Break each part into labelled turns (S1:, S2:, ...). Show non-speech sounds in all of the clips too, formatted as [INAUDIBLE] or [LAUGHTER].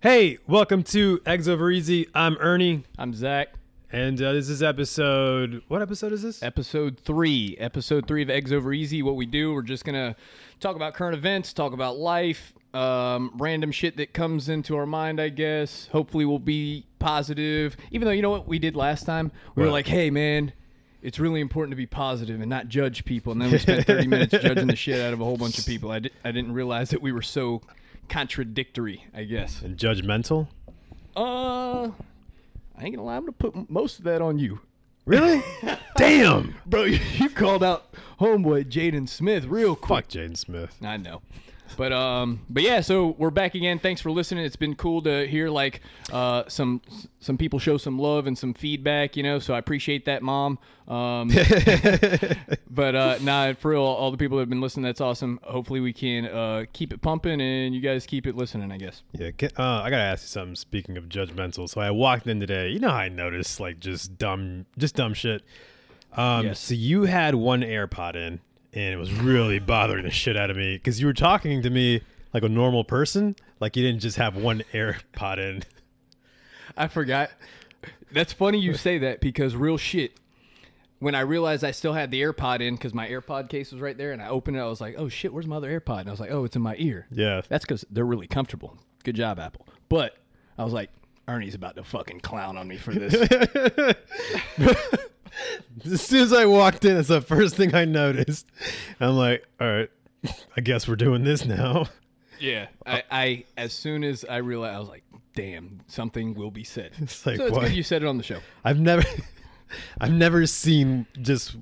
S1: Hey, welcome to Eggs Over Easy. I'm Ernie,
S2: I'm Zach.
S1: and uh, this is episode. What episode is this?
S2: Episode three. Episode three of Eggs Over Easy. What we do, we're just gonna talk about current events, talk about life, um, random shit that comes into our mind, I guess. Hopefully we'll be positive. Even though you know what we did last time? We were
S1: What?
S2: like, hey man, it's really important to be positive and not judge people. And then we spent 30 minutes judging the shit out of a whole bunch of people. I, di- I didn't realize that we were so contradictory, I guess.
S1: Judgmental.
S2: Uh, I ain't gonna lie, I'm gonna put m- most of that on you.
S1: Really? [LAUGHS] Damn.
S2: Bro, [LAUGHS] you, you called out homeboy Jaden Smith real quick.
S1: Fuck Jaden Smith.
S2: I know. But um but yeah, so we're back again. Thanks for listening. It's been cool to hear like uh some some people show some love and some feedback, you know. So I appreciate that, mom.
S1: [LAUGHS]
S2: Um but uh nah, for real, all the people that have been listening, that's awesome. Hopefully we can uh keep it pumping and you guys keep it listening, I guess.
S1: Yeah, can, uh, I gotta ask you something. Speaking of judgmental, so I walked in today. You know how I noticed like just dumb, just dumb shit. Um,
S2: Yes.
S1: So you had one AirPod in, and it was really bothering the shit out of me because you were talking to me like a normal person. Like you didn't just have one [LAUGHS] AirPod in.
S2: I forgot. That's funny you say that because real shit. When I realized I still had the AirPod in because my AirPod case was right there, and I opened it, I was like, "Oh shit, where's my other AirPod?" And I was like, "Oh, it's in my ear."
S1: Yeah.
S2: that's because they're really comfortable. Good job, Apple. But I was like, Ernie's about to fucking clown on me for this.
S1: [LAUGHS] As soon as I walked in, that's the first thing I noticed. I'm like, all right, I guess we're doing this now.
S2: yeah, I, I as soon as I realized, I was like, "Damn, something will be said."
S1: It's like,
S2: so it's
S1: what?
S2: good you said it on the show.
S1: I've never, [LAUGHS] I've never seen just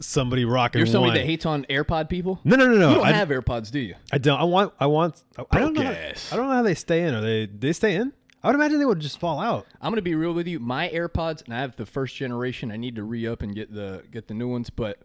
S1: somebody rocking.
S2: You're somebody
S1: one.
S2: that hates on AirPod people.
S1: No, no, no, no.
S2: you don't
S1: I,
S2: have AirPods, do you?
S1: I don't. I want. I want. I, I don't know. How,
S2: Broke ass.
S1: I don't know how they stay in. Are they? They stay in? I would imagine they would just fall out.
S2: I'm gonna be real with you. My AirPods, and I have the first generation. I need to re up and get the get the new ones, but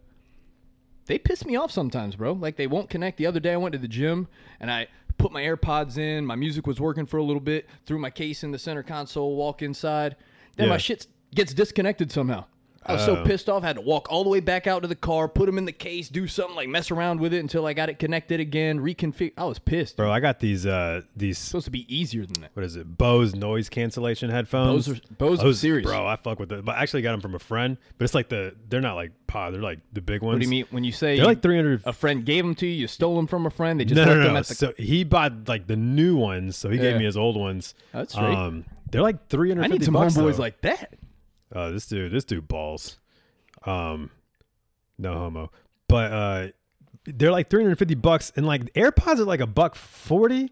S2: they piss me off sometimes, bro. Like they won't connect. The other day, I went to the gym and I put my AirPods in. My music was working for a little bit. Threw my case in the center console. Walk inside. Then
S1: Yeah. Oh.
S2: my shit gets disconnected somehow. I was so pissed off. I had to walk all the way back out to the car, put them in the case, do something like mess around with it until I got it connected again, reconfigure. I was pissed. It's
S1: Bro, I got these. uh These.
S2: supposed to be easier than that.
S1: What is it? Bose noise cancellation headphones.
S2: Bose are- Bose are serious.
S1: bro. I fuck with them. But I actually got them from a friend. But it's like the. They're not like pod. They're like the big ones.
S2: What do you mean when you say
S1: They're like 300.
S2: a friend gave them to you. You stole them from a friend. They just
S1: no,
S2: left
S1: no, no.
S2: them
S1: no.
S2: at the.
S1: So he bought like the new ones. So he gave
S2: Yeah.
S1: me his old ones. Um,
S2: That's straight.
S1: they're like 350
S2: I need some
S1: bucks,
S2: homeboys
S1: though.
S2: like that.
S1: Uh, this dude, this dude balls. Um, no homo. But uh, they're like 350 bucks, and like AirPods are like a buck forty.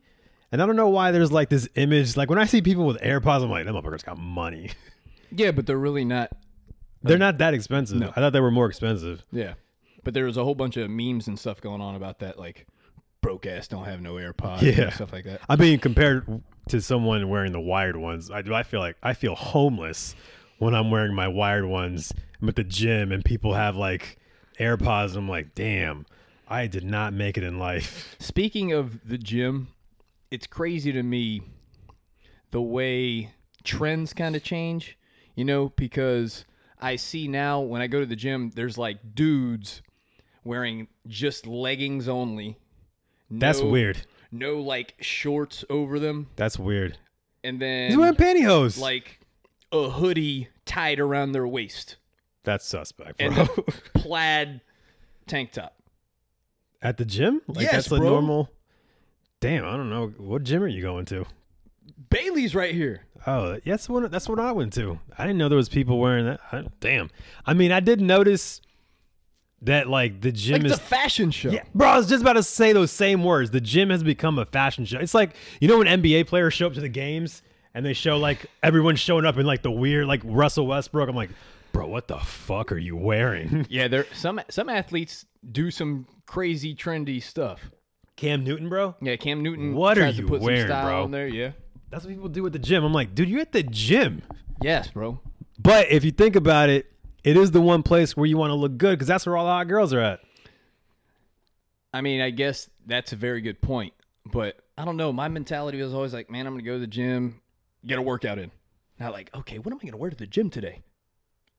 S1: And I don't know why there's like this image. Like when I see people with AirPods, I'm like, them motherfuckers got money. [LAUGHS]
S2: Yeah, but they're really not. Oh.
S1: they're not that expensive. I thought they were more expensive.
S2: Yeah, but there was a whole bunch of memes and stuff going on about that, like broke ass don't have no AirPods, and
S1: Yeah.
S2: stuff like that.
S1: I mean, compared to someone wearing the wired ones, I do. I feel like I feel homeless when I'm wearing my wired ones. I'm at the gym and people have like AirPods. And I'm like, damn, I did not make it in life.
S2: Speaking of the gym, it's crazy to me the way trends kind of change, you know, because I see now when I go to the gym, there's like dudes wearing just leggings only.
S1: That's
S2: no-
S1: weird.
S2: No like shorts over them.
S1: That's weird.
S2: and then
S1: He's wearing pantyhose.
S2: like a hoodie tied around their waist
S1: That's suspect,
S2: and
S1: bro. [LAUGHS]
S2: a plaid tank top.
S1: at the gym, like
S2: Yes,
S1: that's a
S2: bro.
S1: normal. Damn, I don't know what gym are you going to.
S2: Bailey's right here.
S1: Oh, that's what that's what I went to. I didn't know there was people wearing that. I, damn. I mean, I did notice that like the gym
S2: Like
S1: is
S2: the fashion show.
S1: Yeah, bro, I was just about to say those same words. The gym has become a fashion show. It's like you know when NBA players show up to the games and they show like everyone's showing up in like the weird like Russell Westbrook. I'm like, bro, what the fuck are you wearing?
S2: Yeah, there some some athletes do some crazy trendy stuff.
S1: [LAUGHS] Cam Newton, bro.
S2: Yeah, Cam Newton
S1: What are
S2: tries
S1: you
S2: to put
S1: wearing,
S2: some style
S1: bro?
S2: on there, yeah.
S1: That's what people do at the gym. I'm like, dude, you're at the gym.
S2: Yes, bro.
S1: But if you think about it, it is the one place where you want to look good because that's where all the hot girls are at.
S2: I mean, I guess that's a very good point, but I don't know. My mentality was always like, man, I'm going to go to the gym, get a workout in. Not like, okay, what am I going to wear to the gym today?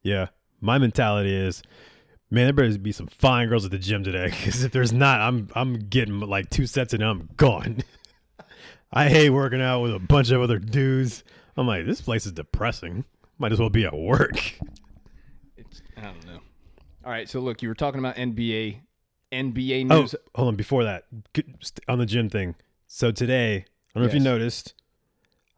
S1: Yeah. My mentality is, man, there better be some fine girls at [LAUGHS] the gym today. Because if there's not, I'm I'm getting like two sets and I'm gone. [LAUGHS] I hate working out with a bunch of other dudes. I'm like, this place is depressing. Might as well be at work. [LAUGHS]
S2: It's, I don't know. All right, so look, you were talking about NBA, NBA
S1: Oh,
S2: news.
S1: hold on. Before that, g- st- on the gym thing. So today, I don't know if you
S2: Yes.
S1: noticed,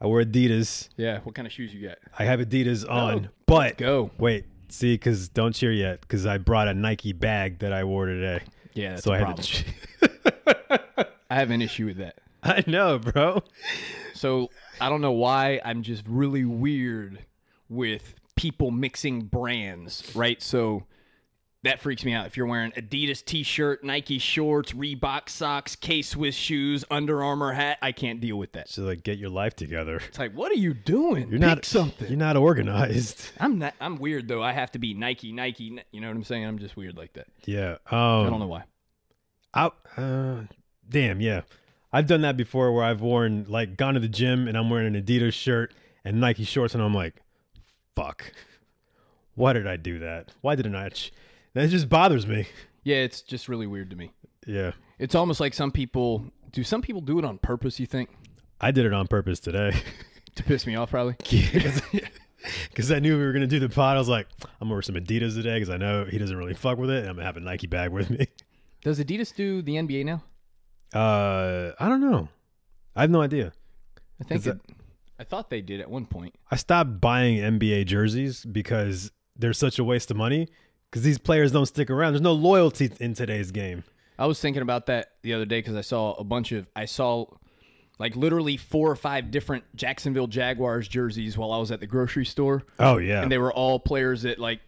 S1: I wear Adidas.
S2: Yeah, what kind of shoes you got?
S1: I have Adidas on, but
S2: Oh, Go.
S1: wait, see, because don't cheer yet, because I brought a Nike bag that I wore today.
S2: Yeah, that's
S1: so
S2: a
S1: I had to.
S2: problem.
S1: che-
S2: I have an issue with that.
S1: [LAUGHS] I know, bro.
S2: So I don't know why I'm just really weird with people mixing brands, right? So that freaks me out. If you're wearing Adidas t-shirt, Nike shorts, Reebok socks, K-Swiss shoes, Under Armour hat, I can't deal with that.
S1: So like, get your life together.
S2: It's like, what are you doing?
S1: You're
S2: Pick
S1: not
S2: something.
S1: You're not organized. [LAUGHS]
S2: I'm not. I'm weird though. I have to be Nike, Nike. Ni- You know what I'm saying? I'm just weird like that.
S1: Yeah. Um,
S2: I don't know why.
S1: I, uh, damn, yeah. I've done that before where I've worn, like, gone to the gym and I'm wearing an Adidas shirt and Nike shorts, and I'm like, fuck. Why did I do that? Why didn't I? ch- That just bothers me.
S2: Yeah, it's just really weird to me.
S1: Yeah.
S2: It's almost like some people do. Some people do it on purpose. You think
S1: I did it on purpose today [LAUGHS]
S2: to piss me off? Probably.
S1: because I knew we were going to do the pod. I was like, I'm going to wear some Adidas today because I know he doesn't really fuck with it, and I'm going to have a Nike bag with me.
S2: Does Adidas do the NBA now?
S1: Uh, I don't know. I have no idea.
S2: I think
S1: Is that-
S2: it- I thought they did at one point.
S1: I stopped buying NBA jerseys because they're such a waste of money because these players don't stick around. There's no loyalty in today's game.
S2: I was thinking about that the other day because I saw a bunch of I saw like literally four or five different Jacksonville Jaguars jerseys while I was at the grocery store,
S1: Oh yeah,
S2: and they were all players that like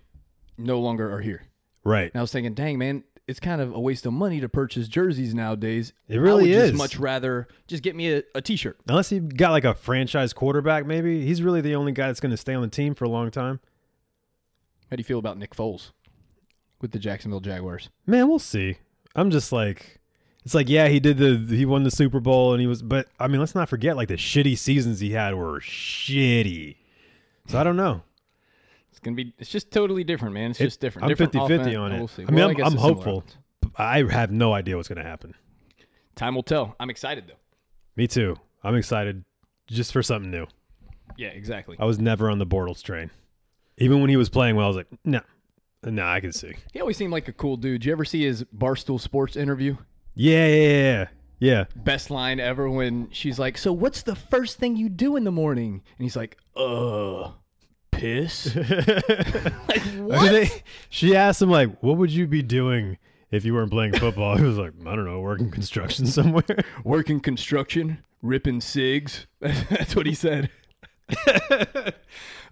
S2: no longer are here.
S1: right.
S2: And I was thinking, dang man, it's kind of a waste of money to purchase jerseys nowadays.
S1: It really
S2: I would
S1: is.
S2: Just much rather just get me a, a T-shirt.
S1: Unless you got like a franchise quarterback, maybe he's really the only guy that's going to stay on the team for a long time.
S2: How do you feel about Nick Foles with the Jacksonville Jaguars?
S1: Man, we'll see. I'm just like, it's like yeah, he did the he won the Super Bowl and he was, but I mean, let's not forget like the shitty seasons he had were shitty. So I don't know.
S2: It's gonna be. It's just totally different, man. It's
S1: It-
S2: just different.
S1: I'm
S2: different
S1: 50-50
S2: offense.
S1: on it.
S2: We'll see.
S1: I mean,
S2: Well,
S1: I'm-
S2: guess
S1: I'm
S2: it's similar
S1: hopeful.
S2: offense.
S1: I have no idea what's going to happen.
S2: Time will tell. I'm excited though.
S1: Me too. I'm excited just for something new.
S2: Yeah, exactly.
S1: I was never on the Bortles train. Even when he was playing well, I was like, no, no, I can see.
S2: He always seemed like a cool dude. Did you ever see his Barstool Sports interview?
S1: Yeah, yeah, yeah, yeah.
S2: Best line ever when she's like, "So what's the first thing you do in the morning?" And he's like, "Uh,
S1: [LAUGHS]
S2: piss." [LAUGHS] like
S1: yeah.
S2: what?
S1: They- she asked him like, "What would you be doing if you weren't playing football?" [LAUGHS] he was like, "I don't know, working construction [LAUGHS] somewhere."
S2: Working construction, ripping cigs. [LAUGHS] That's what he said. [LAUGHS]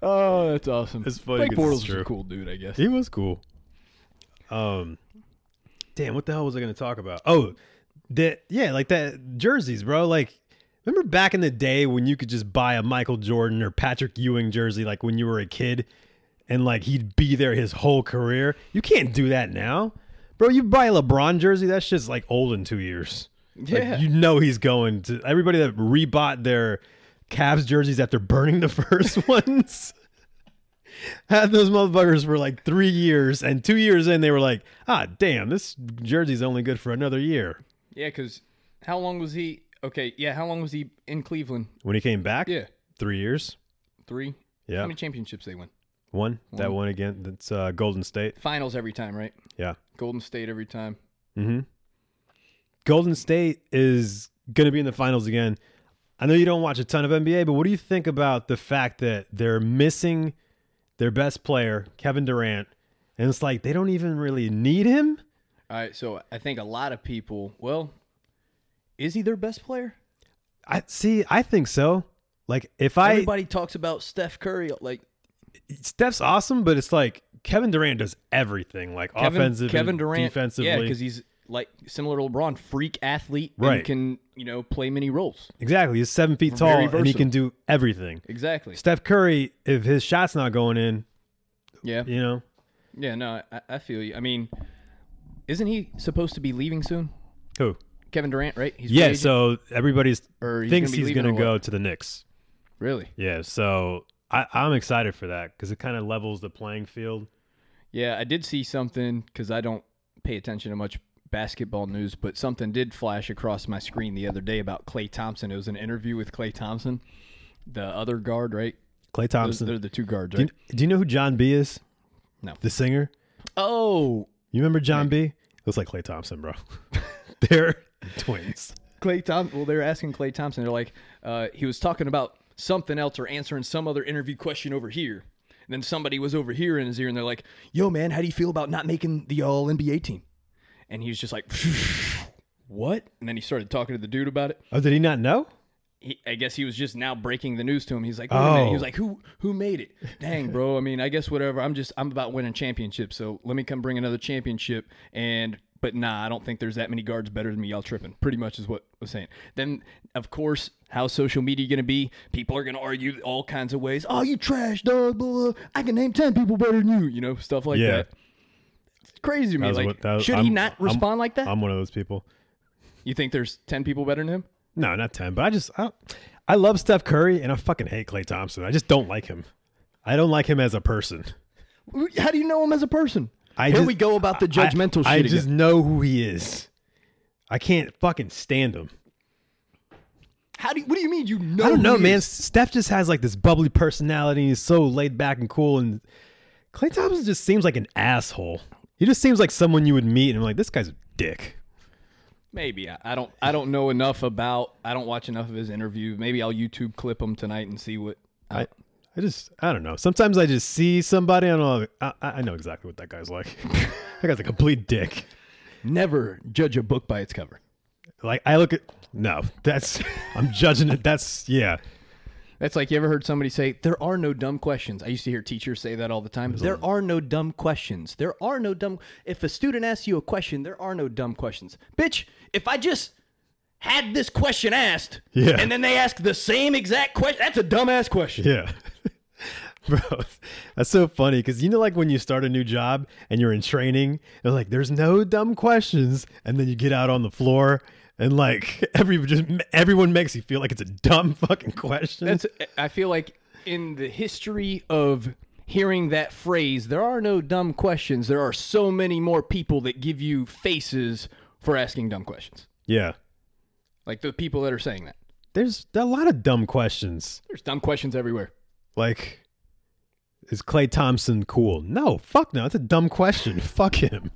S2: oh, that's awesome.
S1: It's funny
S2: Blake
S1: 'cause
S2: Bortles
S1: it's
S2: is a
S1: true.
S2: cool dude, I guess.
S1: he was cool. Um, damn, what the hell was I going to talk about? Oh, that yeah, like that jerseys, bro. Like, remember back in the day when you could just buy a Michael Jordan or Patrick Ewing jersey, like when you were a kid, and like he'd be there his whole career. You can't do that now, bro. You buy a LeBron jersey, that shit's like old in two years. Like,
S2: Yeah.
S1: you know he's going to everybody that rebought their Cavs jerseys after burning the [LAUGHS] first ones had those motherfuckers for like three years, and two years in, they were like, ah, damn, this jersey's only good for another year.
S2: Yeah, because how long was he? Okay, yeah, how long was he in Cleveland?
S1: When he came back,
S2: Yeah,
S1: three years.
S2: three.
S1: Yeah,
S2: How many championships they win?
S1: one that one again. That's uh, Golden State.
S2: Finals every time, right?
S1: Yeah,
S2: Golden State every time.
S1: mm-hmm. Golden State is gonna be in the finals again. I know you don't watch a ton of NBA, but what do you think about the fact that they're missing their best player, Kevin Durant, and it's like they don't even really need him?
S2: All right, so I think a lot of people. Well, is he their best player?
S1: I see. I think so. Like if I
S2: Everybody talks about Steph Curry, like
S1: Steph's awesome, but it's like Kevin Durant does everything, like
S2: Kevin,
S1: offensive,
S2: Kevin
S1: and
S2: Durant,
S1: defensively.
S2: yeah, because he's like similar to LeBron, freak athlete,
S1: Right.
S2: And can you know play many roles?
S1: exactly, he's seven feet tall
S2: Very
S1: and he can do everything.
S2: Exactly.
S1: Steph Curry, if his shot's not going in,
S2: Yeah.
S1: you know,
S2: Yeah. No, I, I feel you. I mean, isn't he supposed to be leaving soon?
S1: who?
S2: Kevin Durant, right? He's free
S1: Yeah,
S2: agent?
S1: so everybody's
S2: Or he's
S1: thinks
S2: gonna be
S1: he's
S2: leaving
S1: gonna
S2: or
S1: go to the Knicks.
S2: really.
S1: Yeah, so I, I'm excited for that because it kind of levels the playing field.
S2: Yeah, I did see something because I don't pay attention to much basketball news, but something did flash across my screen the other day about Clay Thompson. It was an interview with Clay Thompson, the other guard, right?
S1: Clay
S2: Those,
S1: Thompson.
S2: they're the two guards,
S1: do,
S2: right?
S1: you, do you know who John B is?
S2: No.
S1: The singer.
S2: Oh,
S1: You remember John B? Looks like Clay Thompson, bro. [LAUGHS] They're twins.
S2: Clay Thompson. Well, they were asking Clay Thompson. They're like, uh, he was talking about something else or answering some other interview question over here. And then somebody was over here in his ear, and they're like, "Yo, man, how do you feel about not making the All NBA team?" And he was just like, [LAUGHS] "What?" And then he started talking to the dude about it.
S1: Oh, did he not know?
S2: He, I guess he was just now breaking the news to him. He's like, Wait a minute.
S1: Oh.
S2: he was like, "Who who made it?" Dang, bro. I mean, I guess whatever. I'm just I'm about winning championships, so let me come bring another championship. And but nah, I don't think there's that many guards better than me. Y'all tripping? Pretty much is what I was saying. Then of course, how's social media gonna be? People are gonna argue all kinds of ways. Oh, you trash, dog. Blah, blah. I can name ten people better than you. You know, stuff like
S1: Yeah.
S2: that. It's crazy to me.
S1: was
S2: Like,
S1: what- that was-
S2: should he
S1: I'm-
S2: not
S1: I'm-
S2: respond like that?
S1: I'm one of those people.
S2: you think there's ten people better than him?
S1: No, not ten. But I just I, I love Steph Curry and I fucking hate Clay Thompson. I just don't like him. I don't like him as a person.
S2: How do you know him as a person?
S1: I
S2: Here
S1: just-
S2: we go about the
S1: I-
S2: judgmental
S1: I,
S2: shit
S1: just
S2: again.
S1: know who he is. I can't fucking stand him.
S2: How do you, what do you mean you know?
S1: I don't know,
S2: who he
S1: man.
S2: is?
S1: Steph just has like this bubbly personality. He's so laid back and cool. And Clay Thompson just seems like an asshole. He just seems like someone you would meet and I'm like, this guy's a dick.
S2: Maybe I, I don't. I don't know enough about. I don't watch enough of his interview. Maybe I'll YouTube clip him tonight and see what.
S1: I, I just, I don't know. Sometimes I just see somebody and I'm like, I, I I know exactly what that guy's like. [LAUGHS] that guy's a complete dick.
S2: Never judge a book by its cover.
S1: Like, I look at, no, that's, [LAUGHS] I'm judging it. That's, yeah.
S2: That's like you ever heard somebody say, "There are no dumb questions." I used to hear teachers say that all the time. There are no dumb questions. There are no dumb. If a student asks you a question, there are no dumb questions. Bitch, if I just had this question asked,
S1: Yeah.
S2: and then they ask the same exact question, that's a dumbass question.
S1: Yeah. [LAUGHS] Bro, that's so funny because you know, like when you start a new job and you're in training, and like there's no dumb questions, and then you get out on the floor and like [LAUGHS] every just everyone makes you feel like it's a dumb [LAUGHS] fucking question.
S2: That's. I feel like in the history of hearing that phrase, there are no dumb questions. There are so many more people that give you faces for asking dumb questions.
S1: yeah,
S2: Like the people that are saying that.
S1: there's a lot of dumb questions.
S2: There's dumb questions everywhere.
S1: Like, is Clay Thompson cool? No, fuck no, that's a dumb question. [LAUGHS] fuck him.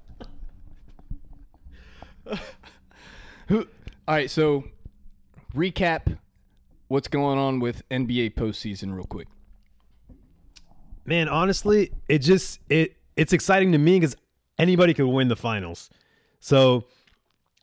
S2: Who? All right. So, recap what's going on with NBA postseason real quick.
S1: Man, honestly, it just it it's exciting to me because anybody could win the finals. So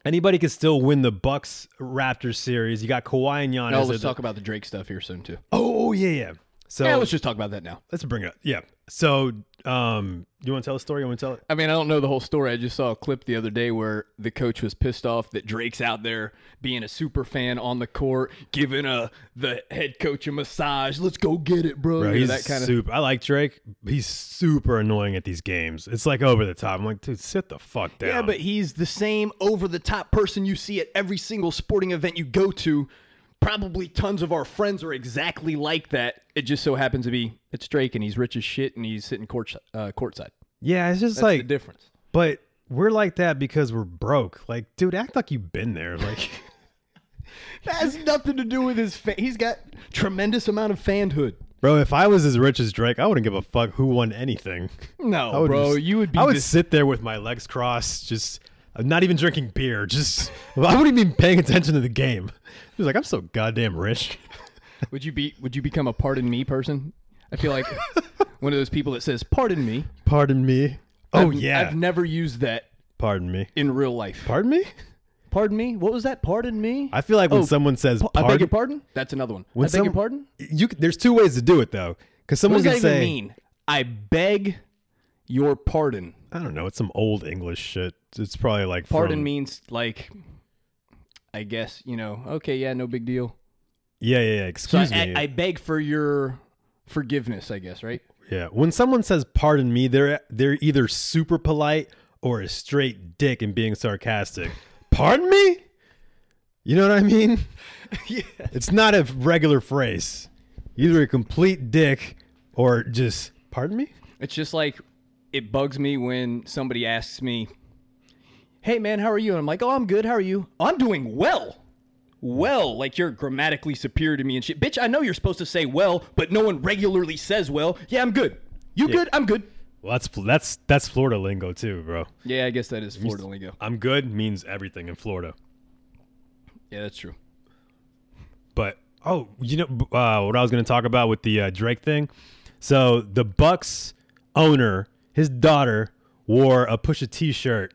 S1: anybody could still win the Bucks Raptors series. You got Kawhi and Giannis.
S2: No,
S1: They're
S2: let's
S1: the-
S2: talk about the Drake stuff here soon too.
S1: oh yeah, yeah. So
S2: Yeah, let's
S1: let's,
S2: just talk about that now.
S1: bring it up. Yeah. So um, you want to tell a story? You want to tell it?
S2: I mean, I don't know the whole story. I just saw a clip the other day where the coach was pissed off that Drake's out there being a super fan on the court, giving a the head coach a massage. Let's go get it, bro. You know,
S1: he's
S2: that kind of.
S1: super. I like Drake. He's super annoying at these games. It's like over the top. I'm like, dude, sit the fuck down.
S2: Yeah, but he's the same over the top person you see at every single sporting event you go to. Probably tons of our friends are exactly like that. It just so happens to be it's Drake and he's rich as shit and he's sitting court uh, courtside.
S1: yeah, it's just
S2: That's
S1: like
S2: the difference.
S1: But we're like that because we're broke. Like, dude, act like you've been there. Like,
S2: That has nothing to do with his. Fa- he's got tremendous amount of fanhood.
S1: bro, if I was as rich as Drake, I wouldn't give a fuck who won anything. I
S2: No,
S1: would
S2: bro,
S1: just-
S2: you would be.
S1: I would
S2: dis-
S1: sit there with my legs crossed, just I'm not even drinking beer. Just [LAUGHS] I wouldn't even be paying attention to the game. He was like, I'm so goddamn rich.
S2: would you be? Would you become a pardon me person? I
S1: [LAUGHS]
S2: feel like one of those people that says pardon me.
S1: Pardon me. Oh
S2: I've-
S1: yeah.
S2: I've never used that
S1: Pardon me.
S2: in real life.
S1: Pardon me.
S2: pardon me. What was that? Pardon me.
S1: I feel like when
S2: Oh,
S1: someone says
S2: I
S1: pardon,
S2: beg your pardon. That's another one. I beg
S1: some-
S2: your pardon.
S1: you c- there's two ways to do it though, because
S2: What
S1: someone
S2: does that
S1: can
S2: even
S1: say,
S2: mean? I beg your pardon.
S1: I don't know, it's some old English shit. It's probably like
S2: Pardon
S1: from-
S2: means like, I guess you know. Okay, yeah, no big deal.
S1: Yeah, yeah, yeah.
S2: So I,
S1: Excuse me.
S2: I, I beg for your forgiveness. I guess right.
S1: yeah. When someone says pardon me, they're they're either super polite or a straight dick and being sarcastic. Pardon me? You know what I [LAUGHS] mean?
S2: yeah.
S1: It's not a regular phrase. Either a complete dick or just pardon me?
S2: It's just like it bugs me when somebody asks me, hey man, how are you? And I'm like, oh, I'm good. How are you? I'm doing well. Well, like you're grammatically superior to me and shit. Bitch, I know you're supposed to say well, but no one regularly says well. Yeah, I'm good. You good? I'm good.
S1: Well, that's that's that's Florida lingo too, bro.
S2: Yeah, I guess that is Florida lingo.
S1: I'm good means everything in Florida.
S2: Yeah, that's true.
S1: But oh, you know b- uh, what I was going to talk about with the uh, Drake thing. So the Bucks owner, his daughter wore a Pusha T-shirt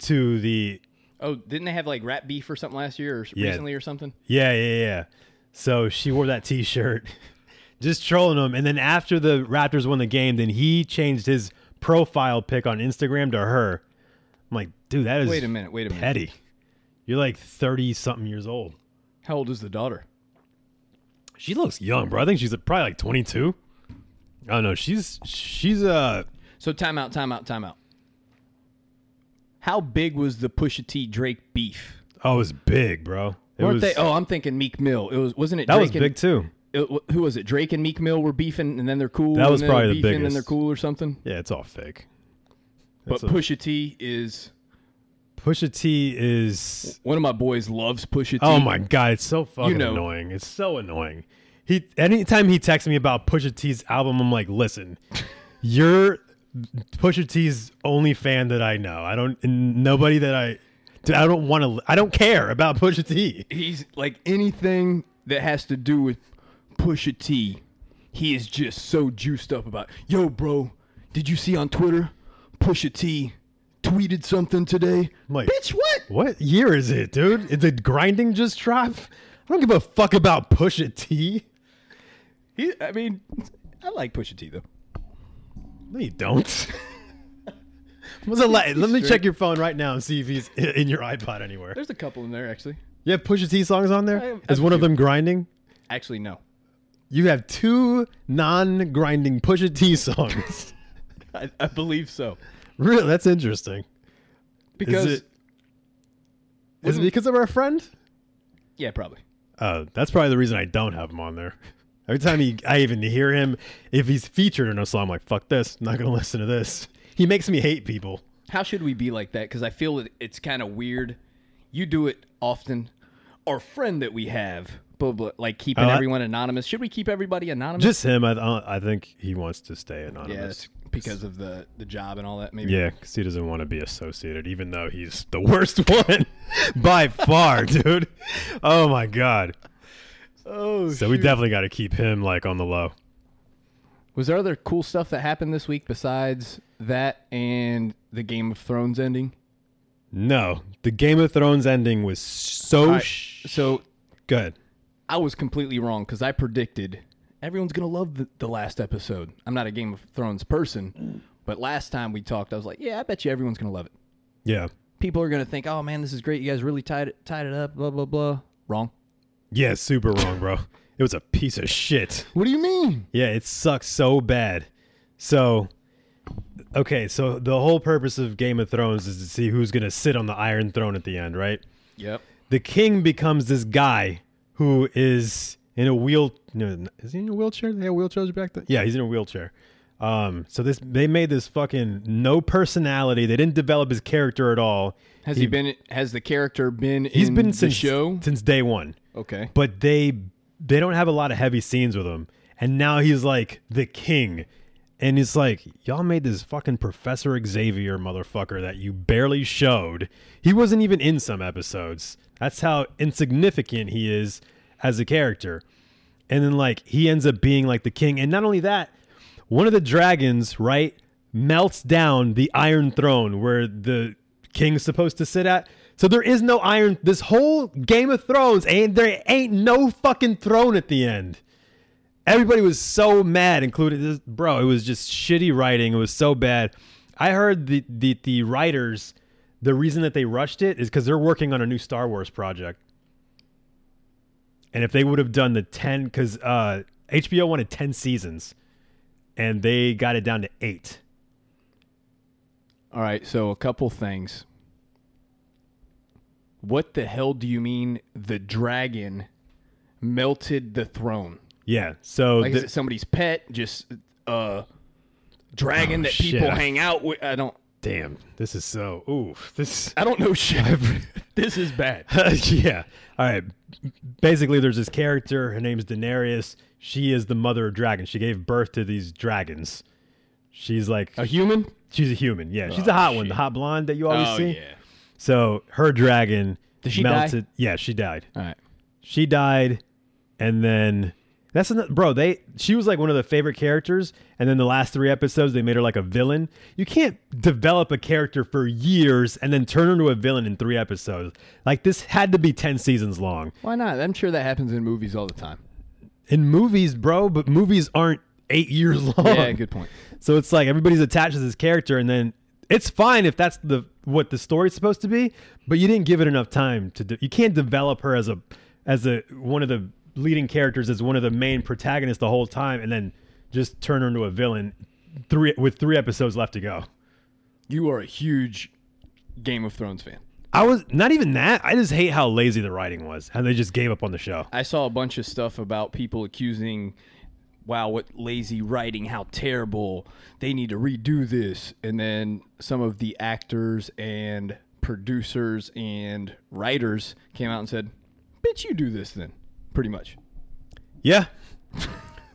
S1: to the
S2: Oh, didn't they have like rap beef or something last year or s-
S1: Yeah.
S2: recently or something?
S1: yeah yeah yeah. So she wore that T-shirt, [LAUGHS] just trolling him. And then after the Raptors won the game, then he changed his profile pic on Instagram to her. I'm like, dude, that is
S2: Wait a minute, wait a minute.
S1: petty. You're like thirty something years old.
S2: How old is the daughter?
S1: She looks young, bro. I think she's probably like 22. I don't know. She's she's uh
S2: So time out, time out, time out. How big was the Pusha T Drake beef?
S1: oh, it's big, bro. It
S2: Weren't
S1: was,
S2: they? Oh, I'm thinking Meek Mill. It was wasn't it?
S1: that was
S2: Drake
S1: big too.
S2: And, it- who was it? Drake and Meek Mill were beefing, and then they're cool.
S1: That
S2: and
S1: was
S2: then they're
S1: probably the
S2: beefing, And
S1: biggest.
S2: they're cool or something.
S1: Yeah, it's all fake.
S2: But
S1: That's a-
S2: Pusha T is
S1: Pusha T is
S2: one of my boys. Loves Pusha T.
S1: oh my god, it's so fucking
S2: know.
S1: annoying. It's so annoying. He anytime he texts me about Pusha T's album, I'm like,
S2: [LAUGHS]
S1: listen, you're Pusha T's only fan that I know. I don't and nobody that I. dude, I don't want to. I don't care about Pusha T.
S2: He's like anything that has to do with Pusha T. He is just so juiced up about. Yo, bro, did you see on Twitter? Pusha T tweeted something today.
S1: Mike.
S2: Bitch, what?
S1: What year is it, dude? Is it grinding just drop? I don't give a fuck about Pusha T.
S2: He, I mean, I like Pusha T though.
S1: No, you don't. [LAUGHS] What's the la- Let me check your phone right now and see if he's i- in your iPod anywhere.
S2: There's a couple in there actually.
S1: You have Pusha T songs on
S2: I
S1: there?
S2: have-
S1: Is
S2: I
S1: one of them grinding?
S2: Actually, no.
S1: You have two non-grinding Pusha T [LAUGHS] songs.
S2: I, I believe so.
S1: really, that's interesting.
S2: Because
S1: Is it? Is it because of our friend?
S2: yeah, probably.
S1: Uh, that's probably the reason I don't have him on there. Every time he, I even hear him, if he's featured in a song, I'm like, fuck this. I'm not going to listen to this. He makes me hate people.
S2: How should we be like that? Because I feel that it's kind of weird. You do it often. Our friend that we have, blah, blah, like keeping
S1: Oh, I-
S2: everyone anonymous. Should we keep everybody anonymous?
S1: Just him. I, I think he wants to stay anonymous.
S2: yeah, that's because of the the job and all that. Maybe.
S1: Yeah, because he doesn't want to be associated, even though he's the worst [LAUGHS] one by far, dude. Oh my god!
S2: Oh.
S1: So we definitely got to keep him like on the low.
S2: Was there other cool stuff that happened this week besides that and the Game of Thrones ending?
S1: No, the Game of Thrones ending was so
S2: I-
S1: sh-
S2: So
S1: good.
S2: I was completely wrong because I predicted everyone's gonna love the, the last episode. I'm not a Game of Thrones person, but last time we talked, I was like, yeah, I bet you everyone's gonna love it.
S1: Yeah,
S2: People are gonna think, oh man, this is great. You guys really tied it, tied it up. Blah blah blah. Wrong.
S1: yeah, super wrong, bro. It was a piece of shit.
S2: What do you mean?
S1: Yeah, it sucks so bad. So, okay, so the whole purpose of Game of Thrones is to see who's gonna sit on the Iron Throne at the end, right?
S2: Yep.
S1: the king becomes this guy who is in a wheel. No, is he in a wheelchair? They had wheelchairs back then. Yeah, he's in a wheelchair. Um, so this they made this fucking no personality. They didn't develop his character at all.
S2: Has he, been? Has the character been?
S1: He's
S2: in
S1: been
S2: the
S1: since
S2: show.
S1: since day one,
S2: Okay.
S1: but they they don't have a lot of heavy scenes with him. And now he's like the king, and it's like y'all made this fucking Professor Xavier motherfucker that you barely showed. He wasn't even in some episodes. That's how insignificant he is as a character. And then like he ends up being like the king. And not only that, one of the dragons, right, melts down the iron throne where the king's supposed to sit at. So there is no iron this whole Game of Thrones and there ain't no fucking throne at the end. Everybody was so mad, including this bro. It was just shitty writing. It was so bad. I heard the the, the writers, the reason that they rushed it is because they're working on a new Star Wars project. And if they would have done the 10, because uh, HBO wanted 10 seasons and they got it down to eight.
S2: All right, so a couple things. What the hell do you mean the dragon melted the throne?
S1: Yeah. So,
S2: Like,
S1: the-
S2: is it somebody's pet? Just uh, dragon
S1: Oh,
S2: that
S1: shit,
S2: people
S1: I-
S2: hang out with? I don't.
S1: Damn, this is so. Ooh, this.
S2: I don't know [LAUGHS] shit. this is bad.
S1: [LAUGHS] yeah. All right. Basically, there's this character. Her name's Daenerys. She is the mother of dragons. She gave birth to these dragons. She's like
S2: A human?
S1: she's a human. Yeah, she's a hot one, the hot blonde that you always
S2: Oh,
S1: see.
S2: yeah.
S1: So her dragon
S2: Did she
S1: melted. Yeah, she died.
S2: All right.
S1: She died, and then that's another, bro. They she was like one of the favorite characters, and then the last three episodes they made her like a villain. You can't develop a character for years and then turn her into a villain in three episodes. Like this had to be ten seasons long
S2: Why not? I'm sure that happens in movies all the time.
S1: in movies, bro. But movies aren't eight years [LAUGHS] long.
S2: Yeah, good point.
S1: So it's like everybody's attached to this character, and then it's fine if that's the what the story's supposed to be, but you didn't give it enough time to. De- you can't develop her as a as a one of the leading characters as one of the main protagonists the whole time, and then just turn her into a villain three with three episodes left to go.
S2: You are a huge Game of Thrones fan.
S1: I was not even that. I just hate how lazy the writing was, how they just gave up on the show.
S2: I saw a bunch of stuff about people accusing, wow, what lazy writing, how terrible. They need to redo this. And then some of the actors and producers and writers came out and said, bitch, you do this then, pretty much.
S1: Yeah.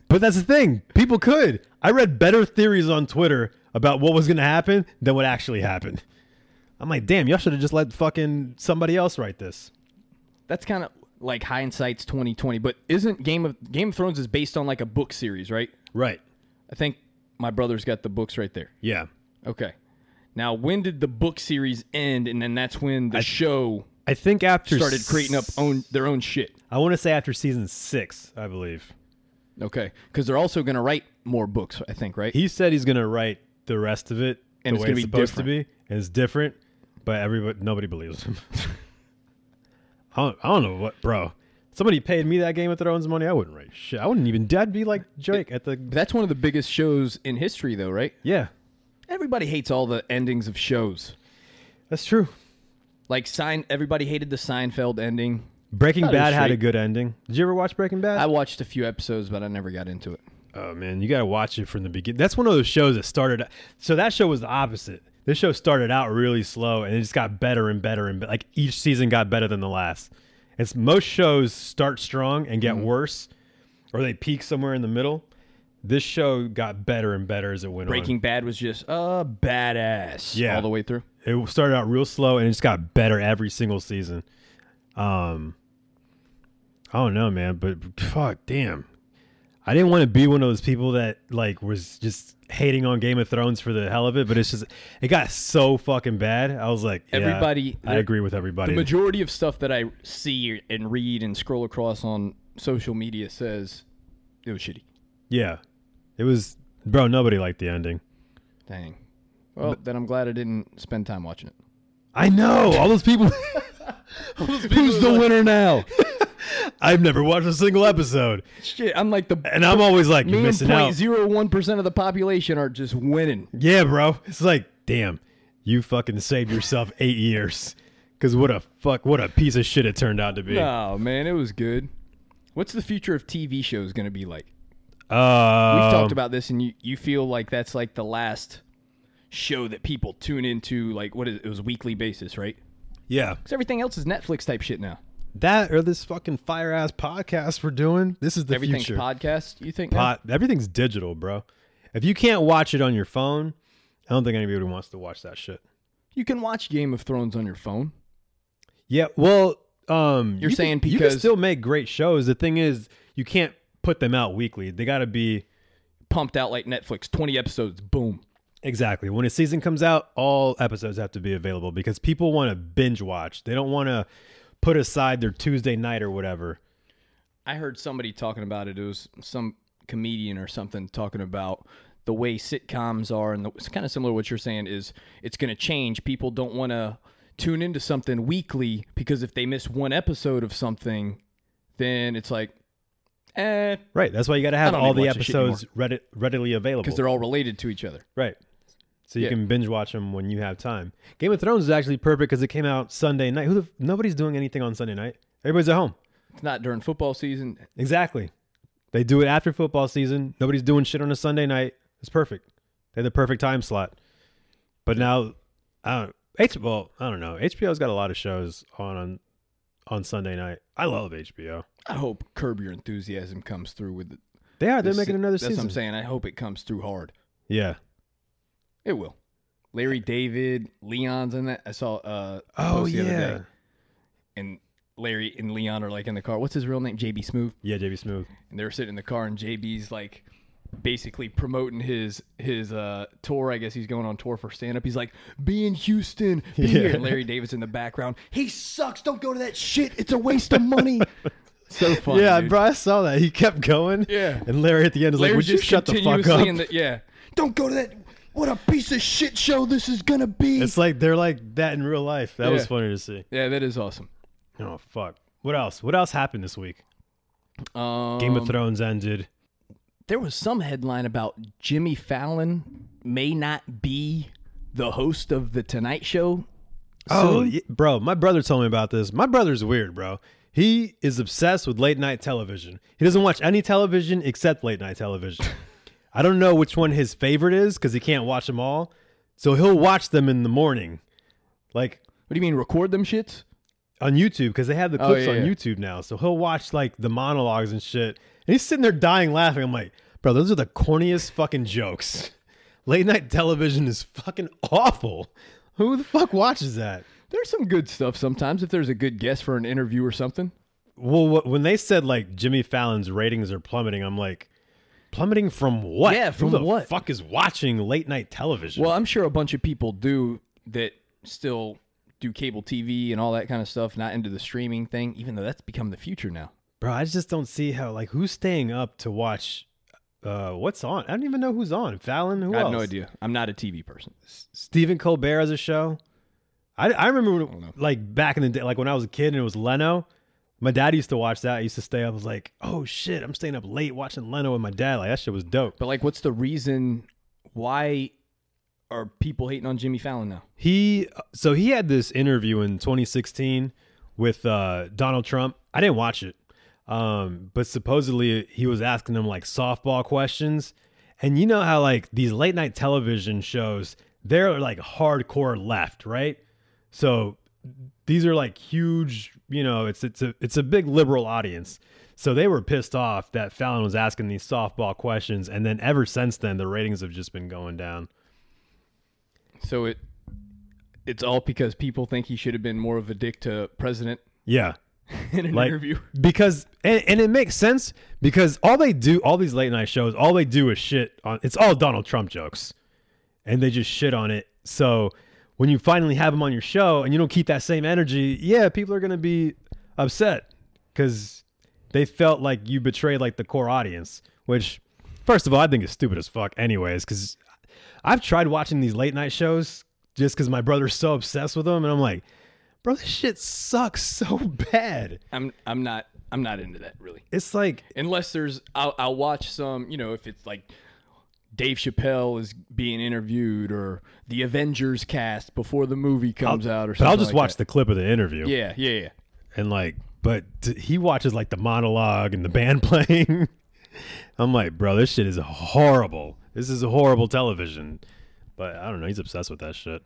S1: but that's the thing. People could. I read better theories on Twitter about what was going to happen than what actually happened. I'm like, damn, y'all should have just let fucking somebody else write this.
S2: That's kind of like hindsight's 2020. But isn't Game of Game of Thrones is based on like a book series, right?
S1: Right.
S2: I think my brother's got the books right there.
S1: Yeah.
S2: Okay. Now, when did the book series end? And then that's when the show
S1: I think after
S2: started creating up own their own shit.
S1: I want to say after season six, I believe.
S2: Okay, because they're also going to write more books, I think, right?
S1: He said he's going to write the rest of it
S2: And
S1: the
S2: it's
S1: way
S2: gonna
S1: it's
S2: be
S1: supposed to be, and it's different. But everybody, nobody believes him. [LAUGHS] I, don't, I don't know what, bro. Somebody paid me that Game of Thrones money. I wouldn't write shit. I wouldn't even. I'd be like Drake at the
S2: But that's one of the biggest shows in history, though, right?
S1: Yeah,
S2: Everybody hates all the endings of shows.
S1: that's true.
S2: Like Sein, everybody hated the Seinfeld ending.
S1: Breaking
S2: Thought it was
S1: Bad had a
S2: straight.
S1: good ending. Did you ever watch Breaking Bad?
S2: I watched a few episodes, but I never got into it.
S1: oh man, you gotta watch it from the beginning. That's one of those shows that started. So that show was the opposite. This show started out really slow and it just got better and better and be- like each season got better than the last. It's most shows start strong and get worse, or they peak somewhere in the middle. This show got better and better as it went
S2: Breaking Bad was just uh, badass
S1: Yeah.
S2: all the way through.
S1: on. It started out real slow and it just got better every single season. Um, I don't know, man, but fuck, damn. I didn't want to be one of those people that like was just hating on Game of Thrones for the hell of it, but it's just it got so fucking bad. I was like, yeah,
S2: Everybody-
S1: I agree with everybody.
S2: The majority of stuff that I see and read and scroll across on social media says it was shitty.
S1: yeah, it was, bro. Nobody liked the ending.
S2: Dang. Well, then I'm glad I didn't spend time watching it.
S1: I know all those people. [LAUGHS] Who's the winner now? I've never watched a single episode,
S2: [LAUGHS] Shit, I'm like the
S1: and I'm always like, you're
S2: Me and
S1: missing out.
S2: 0.01% of the population are
S1: [LAUGHS]
S2: just winning.
S1: Yeah, bro. It's like, damn, you fucking saved yourself eight years. Cause what a fuck, what a piece of shit it turned out to be.
S2: Oh, man, it was good. What's the future of TV shows going to be like?
S1: Uh,
S2: We've talked about this, and you, you feel like that's like the last show that people tune into, like, what is it? was weekly basis, right?
S1: yeah,
S2: Because everything else is Netflix type shit now.
S1: that or this fucking fire ass podcast we're doing. This is the
S2: Everything's
S1: future.
S2: podcast, you think? now?
S1: Pod- everything's digital, bro. If you can't watch it on your phone, I don't think anybody wants to watch that shit.
S2: You can watch Game of Thrones on your phone.
S1: Yeah, well, um,
S2: You're
S1: you
S2: saying
S1: can, you can
S2: because-
S1: still make great shows. The thing is, you can't put them out weekly. They got to be
S2: Pumped out like Netflix, 20 episodes, boom.
S1: Exactly. When a season comes out, all episodes have to be available because people want to binge watch. They don't want to put aside their Tuesday night or whatever.
S2: I heard somebody talking about it. It was some comedian or something talking about the way sitcoms are, and the, it's kind of similar to what you're saying. Is it's going to change? People don't want to tune into something weekly because if they miss one episode of something, then it's like, eh,
S1: Right. That's why you got to have
S2: don't
S1: all
S2: even
S1: the
S2: watch this shit
S1: episodes readi- readily available.
S2: because they're all related to each other.
S1: Right. So you
S2: Yeah.
S1: can binge watch them when you have time. Game of Thrones is actually perfect because it came out Sunday night. Who the, f- nobody's doing anything on Sunday night. Everybody's at home.
S2: It's not during football season.
S1: Exactly. They do it after football season. Nobody's doing shit on a Sunday night. It's perfect. They had the perfect time slot. But now I don't, H, well, I don't know. HBO's got a lot of shows on on, on Sunday night. I love HBO.
S2: I hope Curb Your Enthusiasm comes through with it.
S1: They are. They're
S2: this
S1: making
S2: se-
S1: another
S2: that's
S1: season.
S2: what I'm saying. I hope it comes through hard.
S1: Yeah.
S2: It will. Larry David, Leon's in that. I saw uh a
S1: Oh
S2: post the other
S1: yeah.
S2: day, and Larry and Leon are like in the car. What's his real name? JB Smooth.
S1: Yeah, JB Smooth.
S2: And they were sitting in the car and JB's like basically promoting his his uh tour. I guess he's going on tour for stand up. He's like, be in Houston, be here.
S1: Yeah.
S2: And Larry David's in the background. He sucks. Don't go to that shit. It's a waste of money. [LAUGHS] so funny.
S1: yeah,
S2: dude.
S1: bro, I saw that. He kept going.
S2: Yeah.
S1: And Larry at the end is like,
S2: Larry's
S1: "Would you
S2: just
S1: shut the fuck
S2: continuously
S1: up?"
S2: in the- yeah. Don't go to that. What a piece of shit show this is gonna be.
S1: it's like they're like that in real life. That was
S2: Yeah.
S1: funny to see.
S2: yeah, that is awesome.
S1: Oh fuck. What else? What else happened this week?
S2: Um,
S1: Game of Thrones ended.
S2: There was some headline about Jimmy Fallon may not be the host of the Tonight Show.
S1: Oh,
S2: soon.
S1: yeah, bro, my brother told me about this. My brother's weird, bro. He is obsessed with late night television. He doesn't watch any television except late night
S2: [LAUGHS]
S1: television. I don't know which one his favorite is because he can't watch them all. So he'll watch them in the morning, like
S2: What do you mean, record them shits?
S1: on YouTube, because they have the
S2: Oh,
S1: clips
S2: yeah,
S1: on
S2: yeah.
S1: YouTube now. So he'll watch like the monologues and shit. And he's sitting there dying laughing. I'm like, bro, those are the corniest fucking jokes. [LAUGHS] Late night television is fucking awful. Who the fuck watches that?
S2: There's some good stuff sometimes if there's a good guest for an interview or something.
S1: Well, wh- when they said like Jimmy Fallon's ratings are plummeting, I'm like, plummeting from what?
S2: Yeah, from
S1: Who the
S2: what?
S1: Fuck is watching late night television?
S2: Well, I'm sure a bunch of people do that still do cable TV and all that kind of stuff, not into the streaming thing, even though that's become the future now.
S1: bro, I just don't see how like who's staying up to watch. Uh, what's on? I don't even know who's on. Fallon? Who
S2: I
S1: else?
S2: have no idea. I'm not a TV person.
S1: Stephen Colbert has a show. I, I remember
S2: don't know.
S1: like back in the day, like when I was a kid and it was Leno. My dad used to watch that. I used to stay up. I was like, oh shit, I'm staying up late watching Leno with my dad. Like that shit was dope.
S2: But like, what's the reason? Why are people hating on Jimmy Fallon now?
S1: He so he had this interview in 2016 with uh, Donald Trump. I didn't watch it, um, but supposedly he was asking them like softball questions, and you know how like these late night television shows they're like hardcore left, right? So these are like huge, you know, it's it's a it's a big liberal audience. So they were pissed off that Fallon was asking these softball questions, and then ever since then the ratings have just been going down.
S2: So it it's all because people think he should have been more of a dick to president [LAUGHS]
S1: Yeah.
S2: in an
S1: like
S2: interview. [LAUGHS]
S1: because and, and it makes sense because all they do all these late night shows all they do is shit on it's all donald trump jokes and they just shit on it so when you finally have him on your show and you don't keep that same energy yeah people are going to be upset because they felt like you betrayed like the core audience which first of all i think is stupid as fuck anyways because i've tried watching these late night shows just because my brother's so obsessed with them and i'm like bro this shit sucks so [LAUGHS] bad
S2: I'm I'm not I'm not into that really.
S1: it's like
S2: Unless there's I'll I'll watch some, you know, if it's like Dave Chappelle is being interviewed or the Avengers cast before the movie comes out or
S1: But
S2: something.
S1: I'll just
S2: like
S1: watch
S2: that.
S1: the clip of the interview
S2: Yeah, yeah, yeah.
S1: and like, but t- he watches like the monologue and the band [LAUGHS] playing. I'm like, bro, this shit is horrible. This is horrible television. But I don't know. He's obsessed with that shit.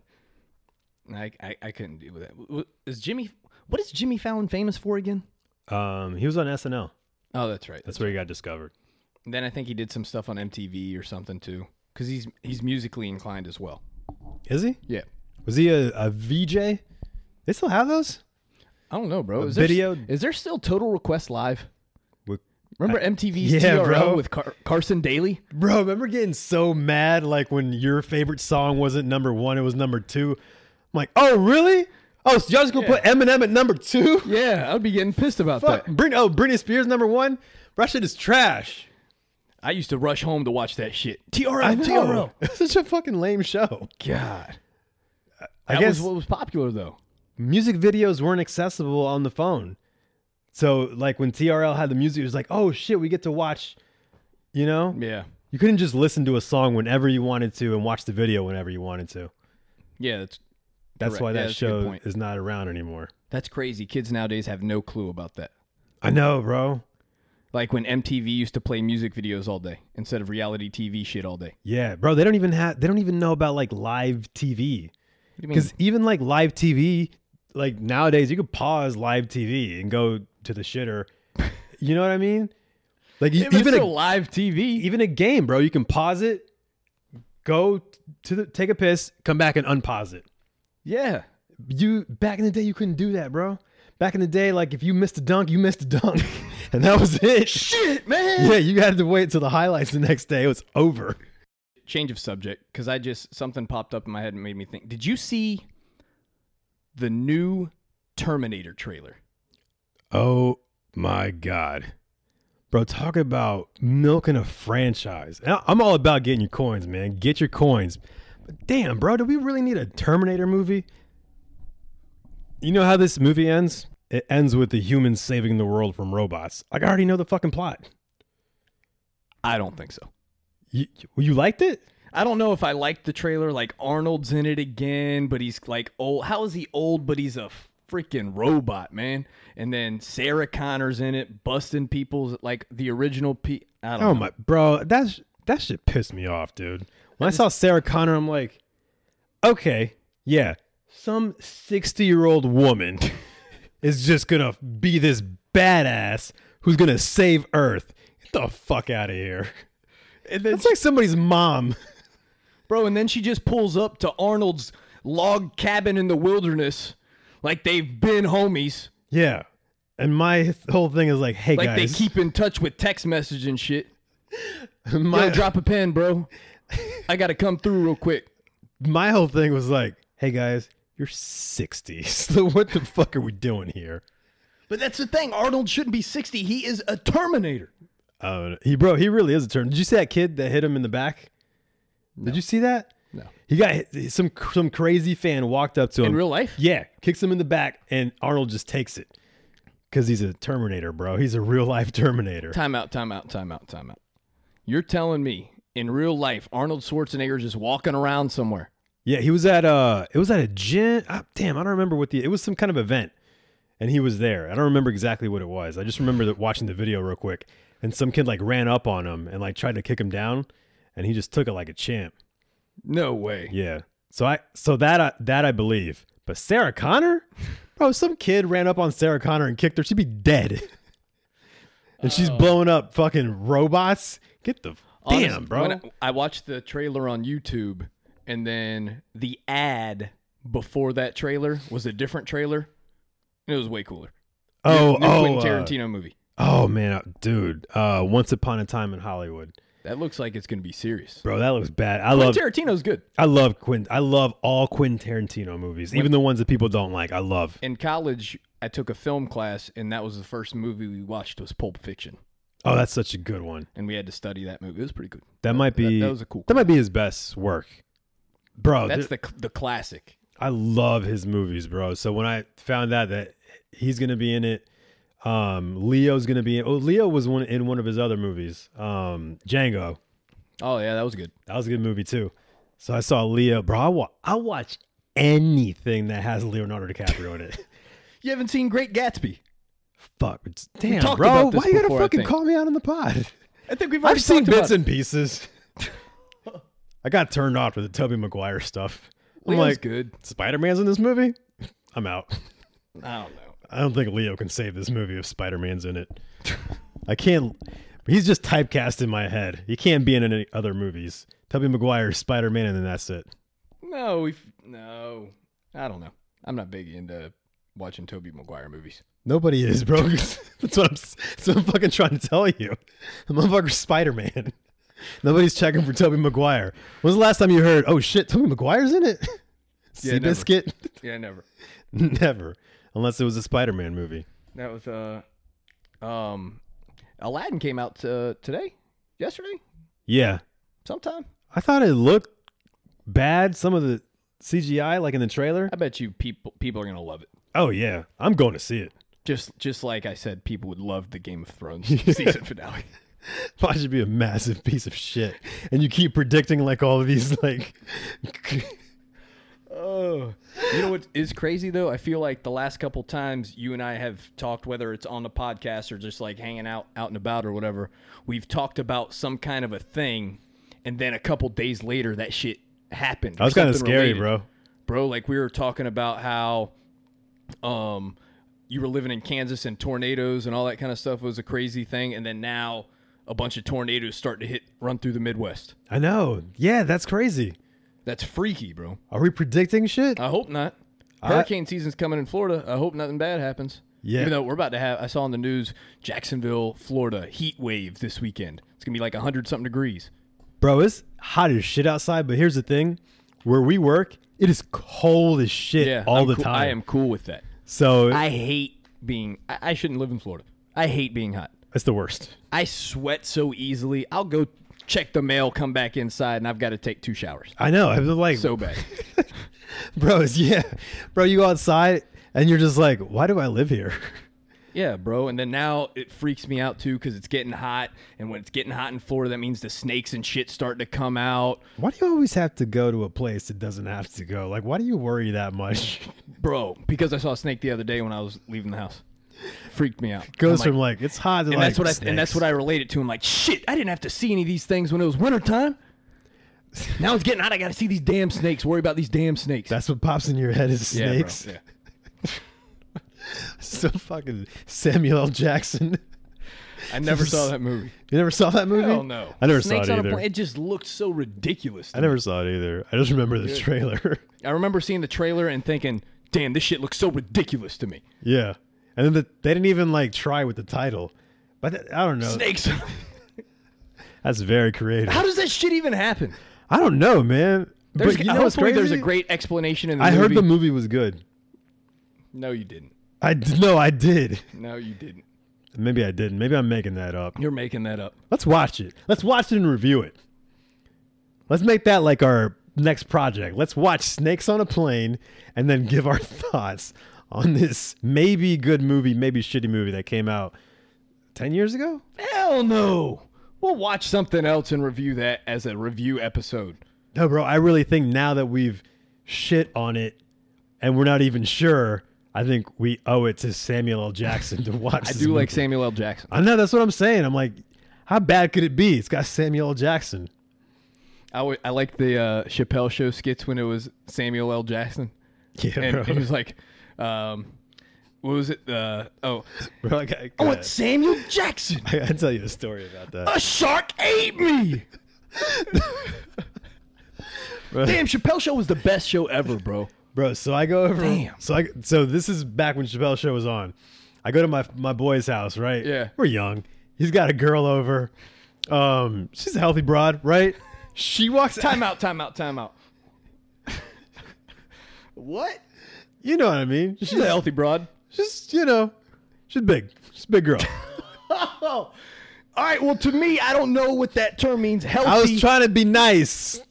S2: I, I I couldn't deal with that. W- w- Is Jimmy what is Jimmy Fallon famous for again?
S1: Um, he was on SNL.
S2: Oh, that's right.
S1: That's where he got discovered.
S2: Then I think he did some stuff on MTV or something too, because he's he's musically inclined as well.
S1: Is he?
S2: Yeah,
S1: Was he a, a VJ? They still have those?
S2: I don't know, bro. Is
S1: video-
S2: There, is there still Total Request Live?
S1: With-
S2: Remember MTV's
S1: Yeah,
S2: TRL
S1: bro.
S2: with Car- Carson Daly?
S1: Bro, remember getting so mad like when your favorite song wasn't number one, it was number two. I'm like, oh really? Oh, so y'all just gonna put Eminem at number two?
S2: Yeah, I'd be getting pissed about
S1: Fuck,
S2: that.
S1: Brit- oh, Britney Spears number one. That shit is trash.
S2: I used to rush home to watch that shit. TRL,
S1: I
S2: TRL.
S1: know. [LAUGHS] It's such a fucking lame show.
S2: God,
S1: I
S2: that
S1: guess
S2: was what was popular though.
S1: music videos weren't accessible on the phone. So like when TRL had the music, it was like, oh shit, we get to watch. You know,
S2: Yeah,
S1: you couldn't just listen to a song whenever you wanted to and watch the video whenever you wanted to.
S2: yeah, that's
S1: That's
S2: Correct.
S1: why
S2: Yeah,
S1: that
S2: that's a good
S1: show
S2: point.
S1: is not around anymore.
S2: that's crazy. Kids nowadays have no clue about that.
S1: I know, bro.
S2: Like when MTV used to play music videos all day instead of reality TV shit all day.
S1: Yeah, bro. They don't even have. They don't even know about like live TV.
S2: do you mean?
S1: Because even like live TV, like nowadays, you could pause live TV and go to the
S2: [LAUGHS]
S1: shitter. You know what I mean? Like you-
S2: If it's
S1: even
S2: a
S1: a,
S2: live TV.
S1: even a game, bro, you can pause it, go to the take a piss, come back and unpause it.
S2: Yeah.
S1: You back in the day, you couldn't do that, bro. Back in the day, like if you missed a dunk, you missed a dunk, [LAUGHS] and that was it.
S2: Shit, man.
S1: Yeah, you had to wait till the highlights the next day. It was over.
S2: Change of subject because I just something popped up in my head and made me think. Did you see the new Terminator trailer?
S1: Oh my God. Bro, talk about milking a franchise. And I- I'm all about getting your coins, man. Get your coins. But damn, bro, do we really need a Terminator movie? You know how this movie ends? It ends with the humans saving the world from robots. Like, I already know the fucking plot.
S2: I don't think so.
S1: You, you liked it?
S2: I don't know if I liked the trailer. Like Arnold's in it again, but he's like old. How is he old? But he's a freaking robot, man. And then Sarah Connor's in it, busting people's like the original. P. I don't know.
S1: Oh my, bro, that's that shit pissed me off, dude. When I saw Sarah Connor, I'm like, okay, yeah, some 60 year old woman [LAUGHS] is just gonna be this badass who's gonna save Earth. Get the fuck out of here.
S2: [LAUGHS] And then,
S1: It's like somebody's mom. [LAUGHS]
S2: bro, and then she just pulls up to Arnold's log cabin in the wilderness, like they've been homies,
S1: Yeah, and my whole thing is like, hey
S2: like
S1: guys,
S2: they keep in touch with text message and shit.
S1: [LAUGHS] my
S2: Yo, drop a pen, bro. I gotta come through real quick.
S1: [LAUGHS] my whole thing was like, hey guys, you're 60. [LAUGHS] So what the fuck are we doing here?
S2: But that's the thing. Arnold shouldn't be sixty. He is a Terminator.
S1: Uh, he bro, he really is a turn. Did you see that kid that hit him in the back? Did you see that?
S2: No.
S1: He got hit, some some crazy fan walked up to him
S2: In real life?
S1: Yeah, kicks him in the back, and Arnold just takes it because he's a Terminator, bro. He's a real life Terminator.
S2: Time out, time out, time out, time out. You're telling me in real life Arnold Schwarzenegger's just walking around somewhere.
S1: Yeah, he was at uh, it was at a gym. ah, damn, I don't remember what the it was some kind of event, and he was there. I don't remember exactly what it was. I just remember that watching the video real quick, and some kid like ran up on him and like tried to kick him down, and he just took it like a champ.
S2: No way.
S1: Yeah. So I so that I, that I believe. But Sarah Connor,
S2: [LAUGHS]
S1: bro, some kid ran up on Sarah Connor and kicked her. She'd be dead. [LAUGHS] and she's blowing up fucking robots. Get the
S2: Oh. Honest-
S1: damn, bro.
S2: when I, I watched the trailer on YouTube and then the ad before that trailer was a different trailer. It was way cooler.
S1: oh,
S2: New
S1: oh,
S2: Quentin
S1: uh,
S2: Tarantino movie.
S1: oh, man, uh, dude. Uh, Once upon a time in Hollywood,
S2: That looks like it's going to be serious.
S1: bro. That looks bad. I love,
S2: Quentin Tarantino's good.
S1: I love Quentin. I love all Quentin Tarantino movies, even the ones that people don't like. I love.
S2: In college, I took a film class and that was the first movie we watched was Pulp Fiction.
S1: Oh, that's such a good one.
S2: And we had to study that movie. It was pretty good.
S1: That might be
S2: that was a cool
S1: That might be his best work, bro.
S2: That's
S1: That's
S2: the the classic.
S1: I love his movies, bro. So when I found out that he's gonna be in it, um, Leo's gonna be in. Oh, Leo was one in one of his other movies, um, Django.
S2: Oh yeah, that was good.
S1: That was a good movie too. So I saw Leo, bro. I, wa- I watch anything that has Leonardo DiCaprio in it. [LAUGHS]
S2: You haven't seen Great Gatsby.
S1: Fuck, it's, damn,
S2: talked
S1: bro.
S2: about this
S1: Why you
S2: before,
S1: gotta
S2: I
S1: fucking
S2: think.
S1: call me out on the
S2: [LAUGHS]
S1: pod?
S2: I think we've already
S1: I've seen
S2: talked
S1: bits
S2: about.
S1: and pieces. [LAUGHS] I got turned off with the Tubby Maguire stuff. I'm
S2: Leo's
S1: like,
S2: good.
S1: Spider Man's in this movie. I'm out.
S2: I don't know.
S1: I don't think Leo can save this movie if Spider Man's in it. I can't. He's just typecast in my head. He can't be in any other movies. Tubby Maguire, Spider Man, and then that's it.
S2: No, we've no. I don't know. I'm not big into watching Toby Maguire movies.
S1: Nobody is, bro. [LAUGHS] that's, what I'm, s- that's what I'm fucking trying to tell you. The motherfucker's Spider Man. Nobody's checking for Tobey Maguire. When's the last time you heard, oh shit, Tobey Maguire's in it? [LAUGHS]
S2: Yeah, never.
S1: Seabiscuit? [LAUGHS]
S2: Yeah, never.
S1: Never. Unless it was a Spider Man movie.
S2: That was uh, um, Aladdin came out uh, today, yesterday,
S1: Yeah.
S2: sometime.
S1: I thought it looked bad, some of the CGI, like in the trailer.
S2: I bet you people people are gonna love it.
S1: Oh yeah, I'm going to see it.
S2: Just just like I said, people would love the Game of Thrones [LAUGHS] season finale.
S1: [LAUGHS] Why should be a massive piece of shit, and you keep predicting like all of these [LAUGHS] like.
S2: Oh, you know what is crazy though? I feel like the last couple times you and I have talked, whether it's on the podcast or just like hanging out out and about or whatever, we've talked about some kind of a thing, and then a couple days later that shit happened.
S1: I was kind of scary, bro.
S2: bro, like we were talking about how um you were living in Kansas and tornadoes and all that kind of stuff was a crazy thing and then now a bunch of tornadoes start to hit run through the Midwest.
S1: I know. Yeah, that's crazy.
S2: That's freaky, bro.
S1: Are we predicting shit?
S2: I hope not. Hurricane season's coming in Florida. I hope nothing bad happens.
S1: Yeah.
S2: Even though we're about to have, I saw on the news, Jacksonville, Florida, heat wave this weekend. It's gonna be like hundred something degrees.
S1: Bro, it's hot as shit outside, but here's the thing. Where we work, it is cold as shit
S2: Yeah.
S1: all
S2: I'm
S1: the
S2: cool-
S1: time.
S2: I am cool with that.
S1: So
S2: I hate being. I, I shouldn't live in Florida. I hate being hot.
S1: it's the worst.
S2: I sweat so easily. I'll go check the mail, come back inside, and I've got to take two showers.
S1: I know. I was like, [LAUGHS]
S2: So bad.
S1: bro, it's- [LAUGHS] yeah. Bro, you go outside and you're just like, why do I live here? [LAUGHS]
S2: yeah, bro. And then now it freaks me out too because it's getting hot, and when it's getting hot in Florida, that means the snakes and shit start to come out,
S1: Why do you always have to go to a place that doesn't have to go? Like, why do you worry that much? [LAUGHS]
S2: bro. Because I saw a snake the other day when I was leaving the house, freaked me out.
S1: Goes
S2: I'm
S1: from
S2: like,
S1: like it's hot to
S2: and
S1: like
S2: that's what I and that's what I related to. I'm like, shit, I didn't have to see any of these things when it was wintertime. Now it's getting hot. I got to see these damn snakes. Worry about these damn snakes.
S1: That's what pops in your head is
S2: Yeah, bro,
S1: snakes.
S2: yeah.
S1: [LAUGHS] so fucking Samuel L. Jackson. [LAUGHS]
S2: I never saw that movie.
S1: you never saw that movie?
S2: Hell no.
S1: [LAUGHS] I never
S2: Snakes
S1: saw it
S2: on a
S1: either.
S2: plane. It just looked so ridiculous. to
S1: I
S2: me.
S1: never saw it either. I just remember the trailer. [LAUGHS]
S2: I remember seeing the trailer and thinking, "Damn, this shit looks so ridiculous to me."
S1: yeah, and then the, they didn't even like try with the title. But th- I don't know.
S2: Snakes. [LAUGHS]
S1: That's very creative.
S2: How does that shit even happen?
S1: I don't know, man.
S2: There's,
S1: but you know what's
S2: hopefully
S1: crazy?
S2: There's a great explanation in the
S1: I
S2: movie.
S1: heard the movie was good.
S2: No, you didn't.
S1: I d- no, I did.
S2: No, you didn't.
S1: Maybe I didn't. Maybe I'm making that up.
S2: You're making that up.
S1: Let's watch it. Let's watch it and review it. Let's make that like our next project. Let's watch Snakes on a Plane and then give our [LAUGHS] thoughts on this maybe good movie, maybe shitty movie that came out 10 years ago?
S2: Hell no. We'll watch something else and review that as a review episode.
S1: No, bro, I really think now that we've shit on it and we're not even sure, I think we owe it to Samuel L. Jackson to [LAUGHS] watch
S2: I
S1: this
S2: do like
S1: movie.
S2: Samuel L. Jackson.
S1: I know that's what I'm saying. I'm like, how bad could it be? It's got Samuel L. Jackson. [LAUGHS]
S2: I, w- I like the uh, Chappelle show skits when it was Samuel L. Jackson.
S1: Yeah,
S2: And
S1: bro.
S2: it was like, um, what was it? Uh, oh,
S1: Bro, I got-
S2: oh, it's Samuel Jackson.
S1: [LAUGHS] I gotta tell you a story about that.
S2: A shark ate me. Damn, Chappelle Show was the best show ever, bro.
S1: Bro, so I go over.
S2: Damn.
S1: So I so this is back when Chappelle show was on. I go to my my boy's house, right?
S2: Yeah.
S1: We're young. He's got a girl over. Um, she's a healthy broad, right? She walks out.
S2: Time out, time out, time
S1: [LAUGHS]
S2: out. what?
S1: You know what I mean?
S2: She's
S1: She's
S2: a healthy broad.
S1: just you know, she's big. She's a big girl.
S2: Oh. All right, well, to me, I don't know what that term means.
S1: [LAUGHS]
S2: Healthy.
S1: I was trying to be nice.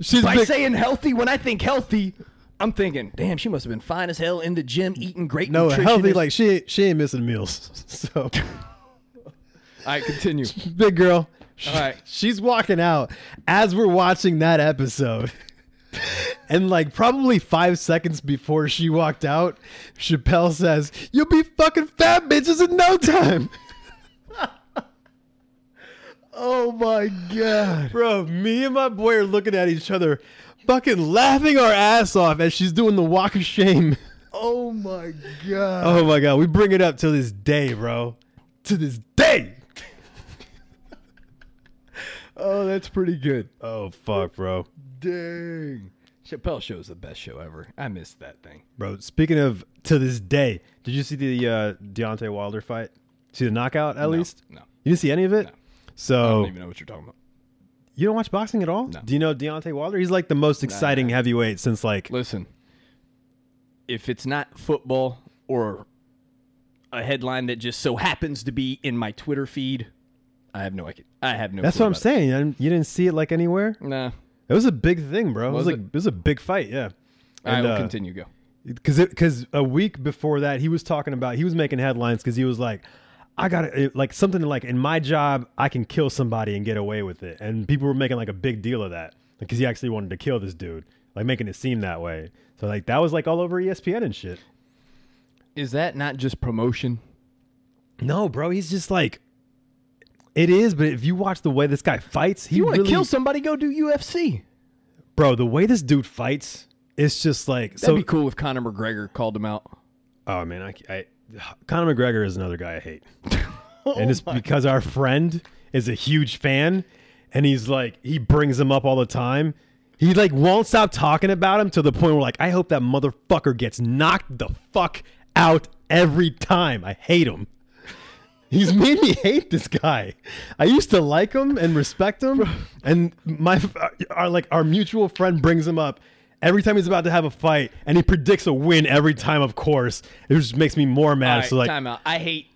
S1: She's
S2: By
S1: big.
S2: saying healthy, when I think healthy, I'm thinking, damn, she must have been fine as hell in the gym, eating great.
S1: no, healthy.
S2: nutritionist-
S1: Like she ain't- she ain't missing meals. [LAUGHS] So
S2: All right, continue.
S1: [LAUGHS] big girl. She-
S2: All right.
S1: She's walking out as we're watching that episode. [LAUGHS] And like probably five seconds before she walked out, Chappelle says, You'll be fucking fat bitches in no time. [LAUGHS]
S2: Oh my god.
S1: Bro, me and my boy are looking at each other, fucking laughing our ass off as she's doing the walk of shame. [LAUGHS]
S2: Oh my god.
S1: Oh my god, we bring it up to this day, bro. To this day.
S2: Oh, that's pretty good.
S1: Oh fuck, bro.
S2: Dang. Chappelle Show is the best show ever. I missed that thing.
S1: Bro, speaking of to this day, did you see the uh, Deontay Wilder fight? See the knockout at least? Oh.
S2: No.
S1: You didn't see any of it?
S2: No. I
S1: So
S2: don't even know what you're talking about.
S1: you don't watch boxing at all?
S2: No.
S1: Do you know Deontay Wilder? He's like the most exciting heavyweight since like
S2: Listen, if it's not football or a headline that just so happens to be in my Twitter feed, I have no idea. I have no.
S1: That's
S2: clue
S1: what I'm
S2: about
S1: saying. You didn't- You didn't see it like anywhere?
S2: it. Nah.
S1: It was a big thing, bro.
S2: Was
S1: it was like
S2: it?
S1: it? was a big fight, yeah.
S2: I will
S1: uh,
S2: continue. Go.
S1: because because a week before that he was talking about he was making headlines because he was like i got to like something like in my job i can kill somebody and get away with it and people were making like a big deal of that because he actually wanted to kill this dude like making it seem that way so like that was like all over E espn and shit
S2: Is that not just promotion?
S1: no bro he's just like it is but if you watch the way this guy fights he
S2: You want to
S1: really
S2: kill somebody? Go do UFC.
S1: bro the way this dude fights it's just like
S2: That'd
S1: so.
S2: be cool if Conor McGregor called him out.
S1: oh man, I, I Conor McGregor is another guy I hate,
S2: Oh
S1: and it's because our friend is a huge fan, and he's like he brings him up all the time. He like won't stop talking about him to the point where like I hope that motherfucker gets knocked the fuck out every time. I hate him. He's made me hate this guy. I used to like him and respect him, and my our like our mutual friend brings him up every time he's about to have a fight, and he predicts a win every time. Of course, it just makes me more mad.
S2: All right,
S1: so like,
S2: time out. I hate.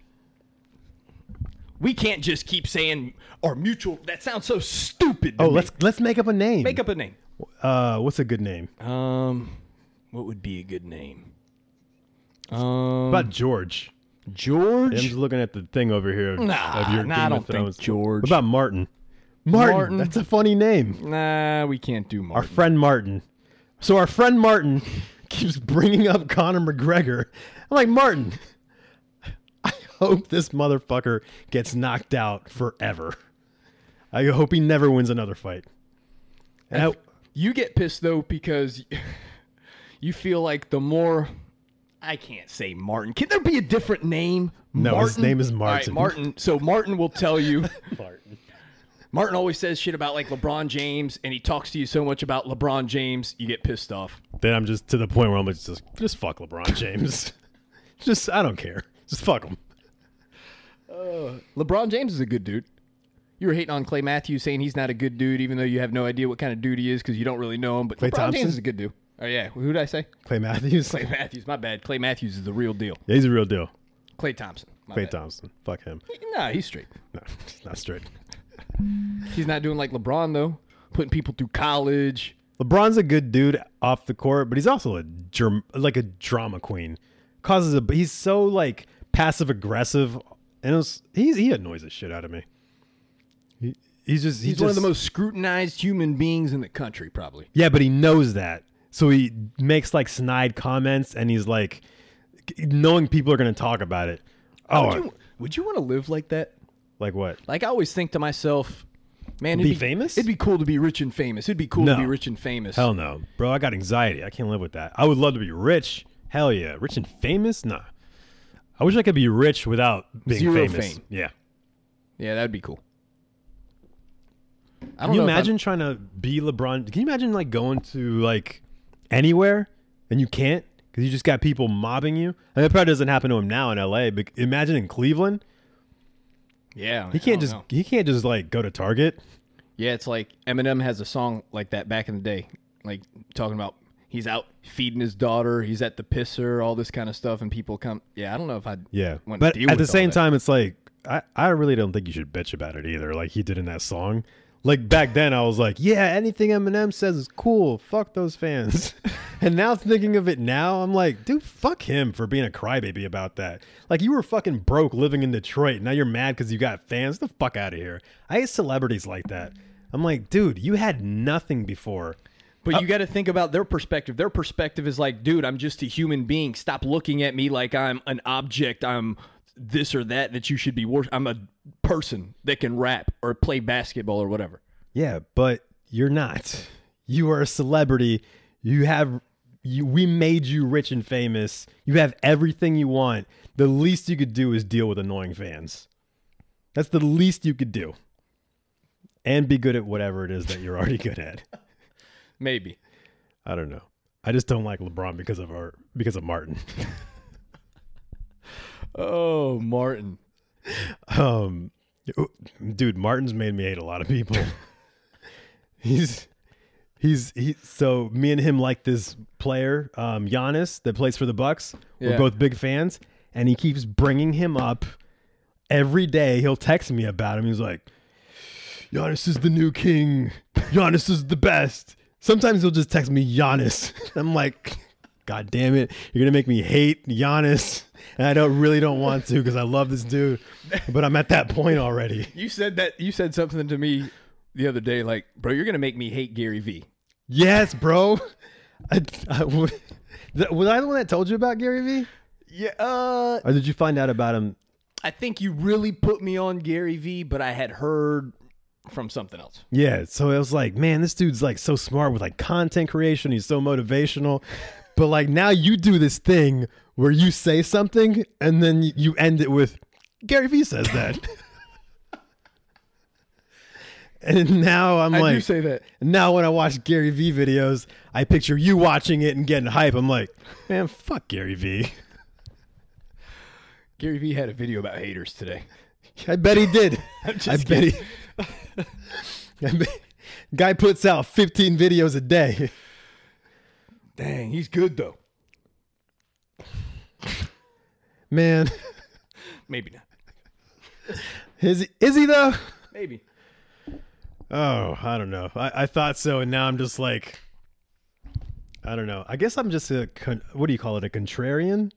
S2: We can't just keep saying our mutual. That sounds so stupid. to
S1: oh,
S2: me.
S1: let's let's make up a name.
S2: make up a name.
S1: Uh, what's a good name?
S2: Um, what would be a good name? Um,
S1: About George. I'm
S2: George.
S1: just looking at the thing over here. of-
S2: Nah,
S1: of your
S2: nah,
S1: Game
S2: I
S1: of
S2: don't think
S1: Thrones.
S2: George.
S1: What about Martin? Martin.
S2: Martin.
S1: That's a funny name.
S2: Nah, we can't do more.
S1: our friend Martin. So our friend Martin [LAUGHS] keeps bringing up Conor McGregor. I'm like, Martin, [LAUGHS] I hope this motherfucker gets knocked out forever. I hope he never wins another fight. And I-
S2: [LAUGHS] You get pissed though because [LAUGHS] you feel like the more I can't say Martin. Can there be a different name?
S1: No, his
S2: Martin?
S1: name is
S2: All right,
S1: Martin.
S2: Martin. So Martin will tell you. [LAUGHS] Martin always says shit about like LeBron James, and he talks to you so much about LeBron James, you get pissed off.
S1: then I'm just to the point where I'm just just, just fuck LeBron James. [LAUGHS] just I don't care. Just fuck him.
S2: LeBron James is a good dude. You were hating on Clay Matthews, saying he's not a good dude, even though you have no idea what kind of dude he is because you don't really know him. But LeBron
S1: Thompson?
S2: James is a good dude. Oh yeah, who did I say? [LAUGHS]
S1: Clay Matthews. [LAUGHS]
S2: Clay Matthews. My bad. Clay Matthews is the real deal.
S1: Yeah, he's a real deal.
S2: Clay Thompson. My
S1: Clay
S2: bad.
S1: Thompson. Fuck him.
S2: Nah, he's straight.
S1: No, he's not straight.
S2: He's not doing like LeBron though, putting people through college.
S1: LeBron's a good dude off the court, but he's also a germ, like a drama queen. Causes a he's so like passive aggressive, and it was, he's he annoys the shit out of me. He, he's just
S2: He's one of the most scrutinized human beings in the country, probably.
S1: yeah, but he knows that, so he makes like snide comments, and he's like knowing people are gonna talk about it. Oh,
S2: Would you, would you want to live like that?
S1: like what?
S2: Like I always think to myself, man, it'd
S1: Be famous?
S2: It'd be cool to be rich and famous. It'd be cool
S1: No.
S2: to be rich and famous.
S1: Hell no, bro. I got anxiety. I can't live with that. I would love to be rich. Hell yeah, rich and famous. Nah, I wish I could be rich without being
S2: Zero
S1: famous.
S2: fame.
S1: Yeah.
S2: Yeah, that'd be cool. I don't
S1: Can you
S2: know if I'm-
S1: imagine trying to be LeBron? Can you imagine like going to like anywhere and you can't because you just got people mobbing you? And that probably doesn't happen to him now in LA. But imagine in Cleveland,
S2: yeah,
S1: he can't just he can't just like go to Target.
S2: Yeah, it's like Eminem has a song like that back in the day, like talking about he's out feeding his daughter, he's at the pisser, all this kind of stuff, and people come. Yeah, I don't know if I.
S1: Yeah,
S2: Wouldn't
S1: but
S2: deal
S1: at the
S2: with all
S1: same
S2: that.
S1: time, it's like I I really don't think you should bitch about it either. Like he did in that song. Like back then, I was like, yeah, anything Eminem says is cool. Fuck those fans. [LAUGHS] and now thinking of it now, I'm like, dude, fuck him for being a crybaby about that. Like you were fucking broke living in Detroit. Now you're mad because you got fans. Get the fuck out of here. I hate celebrities like that. I'm like, dude, you had nothing before. uh
S2: But you got to think about their perspective. Their perspective is like, dude, I'm just a human being. Stop looking at me like I'm an object. I'm this or that that you should be worship. I'm a person that can rap or play basketball or whatever.
S1: Yeah, but you're not. You are a celebrity. You have you we made you rich and famous. You have everything you want. The least you could do is deal with annoying fans. That's the least you could do. And be good at whatever it is that you're already good at.
S2: Maybe.
S1: I don't know. I just don't like LeBron because of our because of Martin. [LAUGHS]
S2: Oh, Martin.
S1: Um dude, Martin's made me hate a lot of people. [LAUGHS] he's he's he so me and him like this player, um Giannis that plays for the Bucks. We're
S2: Yeah.
S1: both big fans and he keeps bringing him up every day. He'll text me about him. He's like Giannis is the new king. Giannis is the best. Sometimes he'll just text me Giannis. [LAUGHS] I'm like, God damn it. You're going to make me hate Giannis. And I don't really don't want to because I love this dude. But I'm at that point already.
S2: You said that. You said something to me the other day, like, bro, you're gonna make me hate Gary Vee.
S1: Yes, bro. [LAUGHS] I, I, was I the one that told you about Gary Vee?
S2: Yeah. Uh,
S1: Or did you find out about him?
S2: I think you really put me on Gary Vee, but I had heard from something else.
S1: Yeah, so it was like, man, this dude's like so smart with like content creation. He's so motivational, but like now you do this thing where you say something and then y- you end it with Gary Vee says that, [LAUGHS] and now I'm like,
S2: that.
S1: now when I watch Gary Vee videos, I picture you watching it and getting hype. I'm like, man, fuck Gary Vee.
S2: Gary Vee had a video about haters today.
S1: I bet he [LAUGHS] did. I
S2: just
S1: bet he. [LAUGHS] I bet- guy puts out 15 videos a day.
S2: Dang, he's good though.
S1: Man,
S2: Maybe not.
S1: is he, is he though?
S2: Maybe.
S1: Oh, I don't know. I, I thought so, and now I'm just like, I don't know. I guess I'm just a con- what do you call it? A contrarian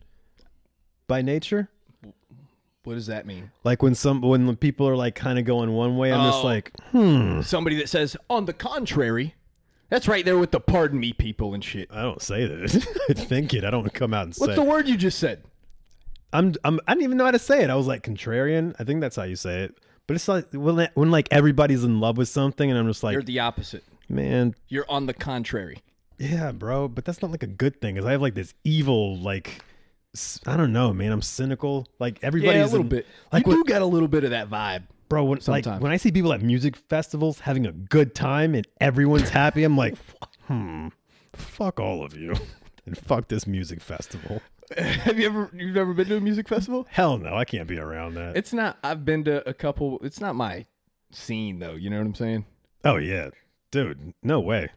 S1: by nature.
S2: What does that mean?
S1: Like when some when people are like kind of going one way, I'm just
S2: Oh.
S1: like,
S2: Somebody that says, on the contrary, that's right there with the pardon me people and shit.
S1: I don't say that. [LAUGHS] I think it. I don't come out and
S2: What's
S1: say.
S2: the word you just said?
S1: I'm, I'm I didn't even know how to say it. I was like contrarian. I think that's how you say it. But it's like when that- when like everybody's in love with something, and I'm just like,
S2: You're the opposite.
S1: man,
S2: You're on the contrary.
S1: yeah, bro. But that's not like a good thing. Cause I have like this evil like. s- I don't know, man. I'm cynical. Like everybody's
S2: yeah, a little
S1: in-
S2: bit.
S1: Like
S2: you
S1: when,
S2: do got a little bit of that vibe.
S1: bro, when, like,
S2: Sometimes.
S1: when I see people at music festivals having a good time and everyone's happy, I'm
S2: [LAUGHS]
S1: like, hmm, fuck all of you, [LAUGHS] and fuck this music festival.
S2: [LAUGHS] Have you ever you've never been to a music festival?
S1: Hell no, I can't be around that.
S2: It's not. I've been to a couple. It's not my scene though. You know what I'm saying?
S1: Oh yeah, dude, no way.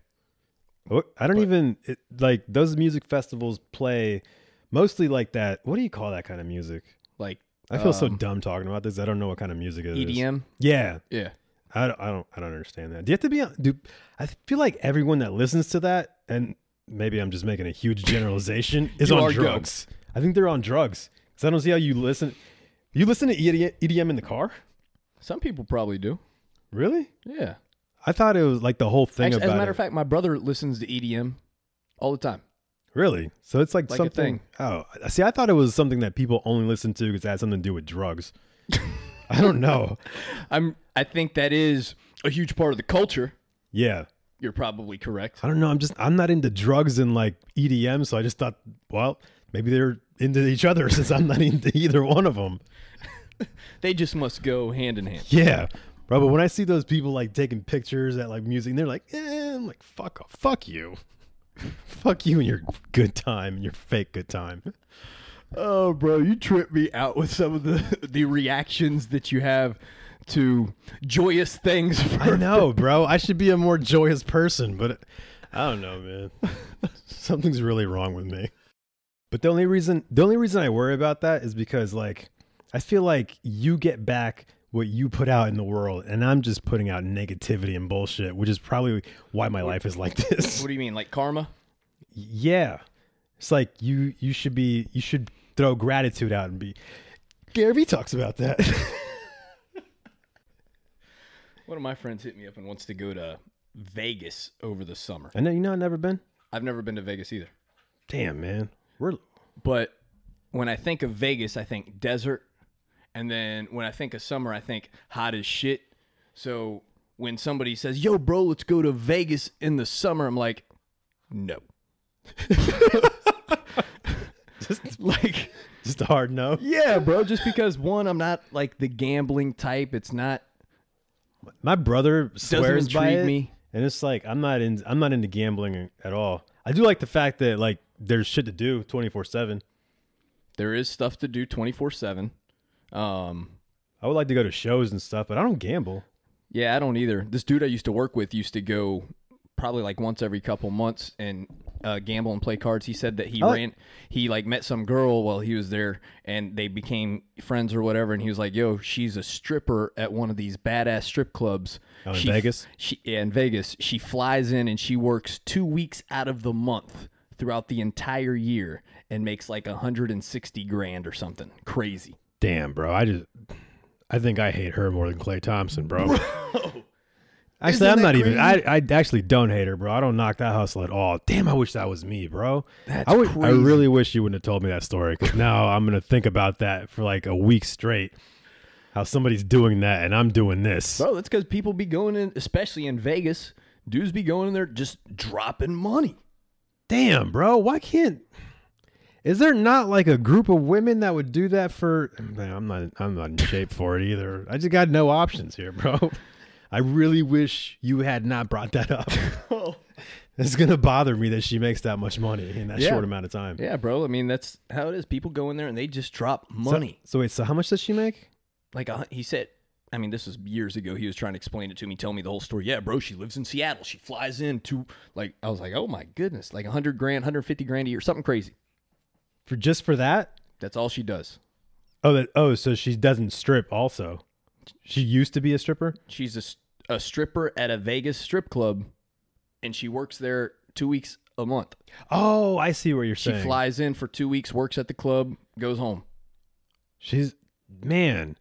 S1: What- I don't even it, like those music festivals play mostly like that. What do you call that kind of music?
S2: Like E
S1: I feel
S2: Um,
S1: so dumb talking about this. I don't know what kind of music it is.
S2: EDM.
S1: Yeah,
S2: Yeah.
S1: I don't, I don't, I don't understand that. Do you have to be? on- Do I feel like everyone that listens to that, and maybe I'm just making a
S2: [LAUGHS]
S1: huge generalization, is
S2: You
S1: on
S2: are dumb.
S1: drugs. I think they're on drugs because I don't see how you listen. You listen to E EDM in the car,
S2: Some people probably do.
S1: really?
S2: Yeah.
S1: I thought it was like the whole thing
S2: Actually,
S1: about
S2: as a matter
S1: it.
S2: of fact, my brother listens to EDM all the time.
S1: Really? So it's like,
S2: Like a
S1: something. Oh, see, I thought it was something that people only listen to because it had something to do with drugs. I don't know.
S2: I'm. I think that is a huge part of the culture.
S1: Yeah,
S2: You're probably correct.
S1: I don't know. I'm just I'm not into drugs and like EDM, so I just thought, well, maybe they're into each other [LAUGHS] since I'm not into either one of them.
S2: They just must go hand in hand.
S1: Yeah, bro. But when I see those people like taking pictures at like music, and they're like, eh, I'm like, fuck off, fuck you, [LAUGHS] fuck you and your good time and your fake good time.
S2: Oh, bro, you trip me out with some of the the reactions that you have to joyous things.
S1: I know, bro. I should be a more joyous person, but I don't know, man. Something's really wrong with me. But the only reason the only reason I worry about that is because like I feel like you get back what you put out in the world and I'm just putting out negativity and bullshit, which is probably why my life is like this.
S2: [LAUGHS] [LAUGHS] What do you mean, like karma?
S1: [LAUGHS] Yeah. It's like you you should be you should throw gratitude out and be Gary Vee talks about that. [LAUGHS]
S2: One of my friends hit me up and wants to go to Vegas over the summer.
S1: I know you know I've never been.
S2: I've never been to Vegas either.
S1: Damn, man. We're
S2: But when I think of Vegas, I think desert. And then when I think of summer, I think hot as shit. So when somebody says, yo, bro, let's go to Vegas in the summer, I'm like, no. [LAUGHS]
S1: just
S2: Like,
S1: just a hard no.
S2: yeah, bro, just because one, I'm not like the gambling type. It's not,
S1: My brother swears by
S2: intrigue
S1: it,
S2: me.
S1: and it's like I'm not in. I'm not into gambling at all. I do like the fact that like there's shit to do 24 seven.
S2: there is stuff to do 24 7. Um,
S1: I would like to go to shows and stuff, but I don't gamble.
S2: Yeah, I don't either. This dude I used to work with used to go probably like once every couple months and uh, gamble and play cards. He said that he
S1: like-
S2: ran, he like met some girl while he was there, and they became friends or whatever. And he was like, "Yo, she's a stripper at one of these badass strip clubs.
S1: Oh, in
S2: She-
S1: Vegas?
S2: She yeah, in Vegas. She flies in and she works two weeks out of the month throughout the entire year and makes like 160 grand or something crazy.
S1: Damn, bro. I just. I think I hate her more than Clay Thompson, bro. actually, I'm
S2: isn't
S1: not
S2: that
S1: even. I, I actually don't hate her, bro. I don't knock that hustle at all. Damn, I wish that was me, bro.
S2: That's
S1: I would. I
S2: crazy.
S1: really wish you wouldn't have told me that story because now I'm gonna think about that for like a week straight. how somebody's doing that and I'm doing this.
S2: Bro, that's because people be going in, especially in Vegas. Dudes be going in there just dropping money.
S1: Damn, bro, why can't? Is there not like a group of women that would do that for? Man, I'm not. I'm not in shape for it either. I just got no options here, bro. [LAUGHS] I really wish you had not brought that
S2: [LAUGHS]
S1: up. it's gonna bother me that she makes that much money in that
S2: Yeah.
S1: short amount of time.
S2: Yeah, bro. I mean, that's how it is. People go in there and they just drop
S1: So-
S2: money.
S1: So, wait, so how much does she make?
S2: like a, hun- he said, I mean, this was years ago. He was trying to explain it to me, tell me the whole story. Yeah, bro, she lives in Seattle. She flies in to like I was like, oh my goodness, like 100 grand, 150 grand a year, something crazy.
S1: For just for that?
S2: That's all she does.
S1: Oh, that. Oh, so she doesn't strip. Also, she used to be a stripper.
S2: She's a, s- a stripper at a Vegas strip club, and she works there two weeks a month.
S1: Oh, I see what you're
S2: She
S1: saying.
S2: flies in for two weeks, works at the club, goes home.
S1: She's man.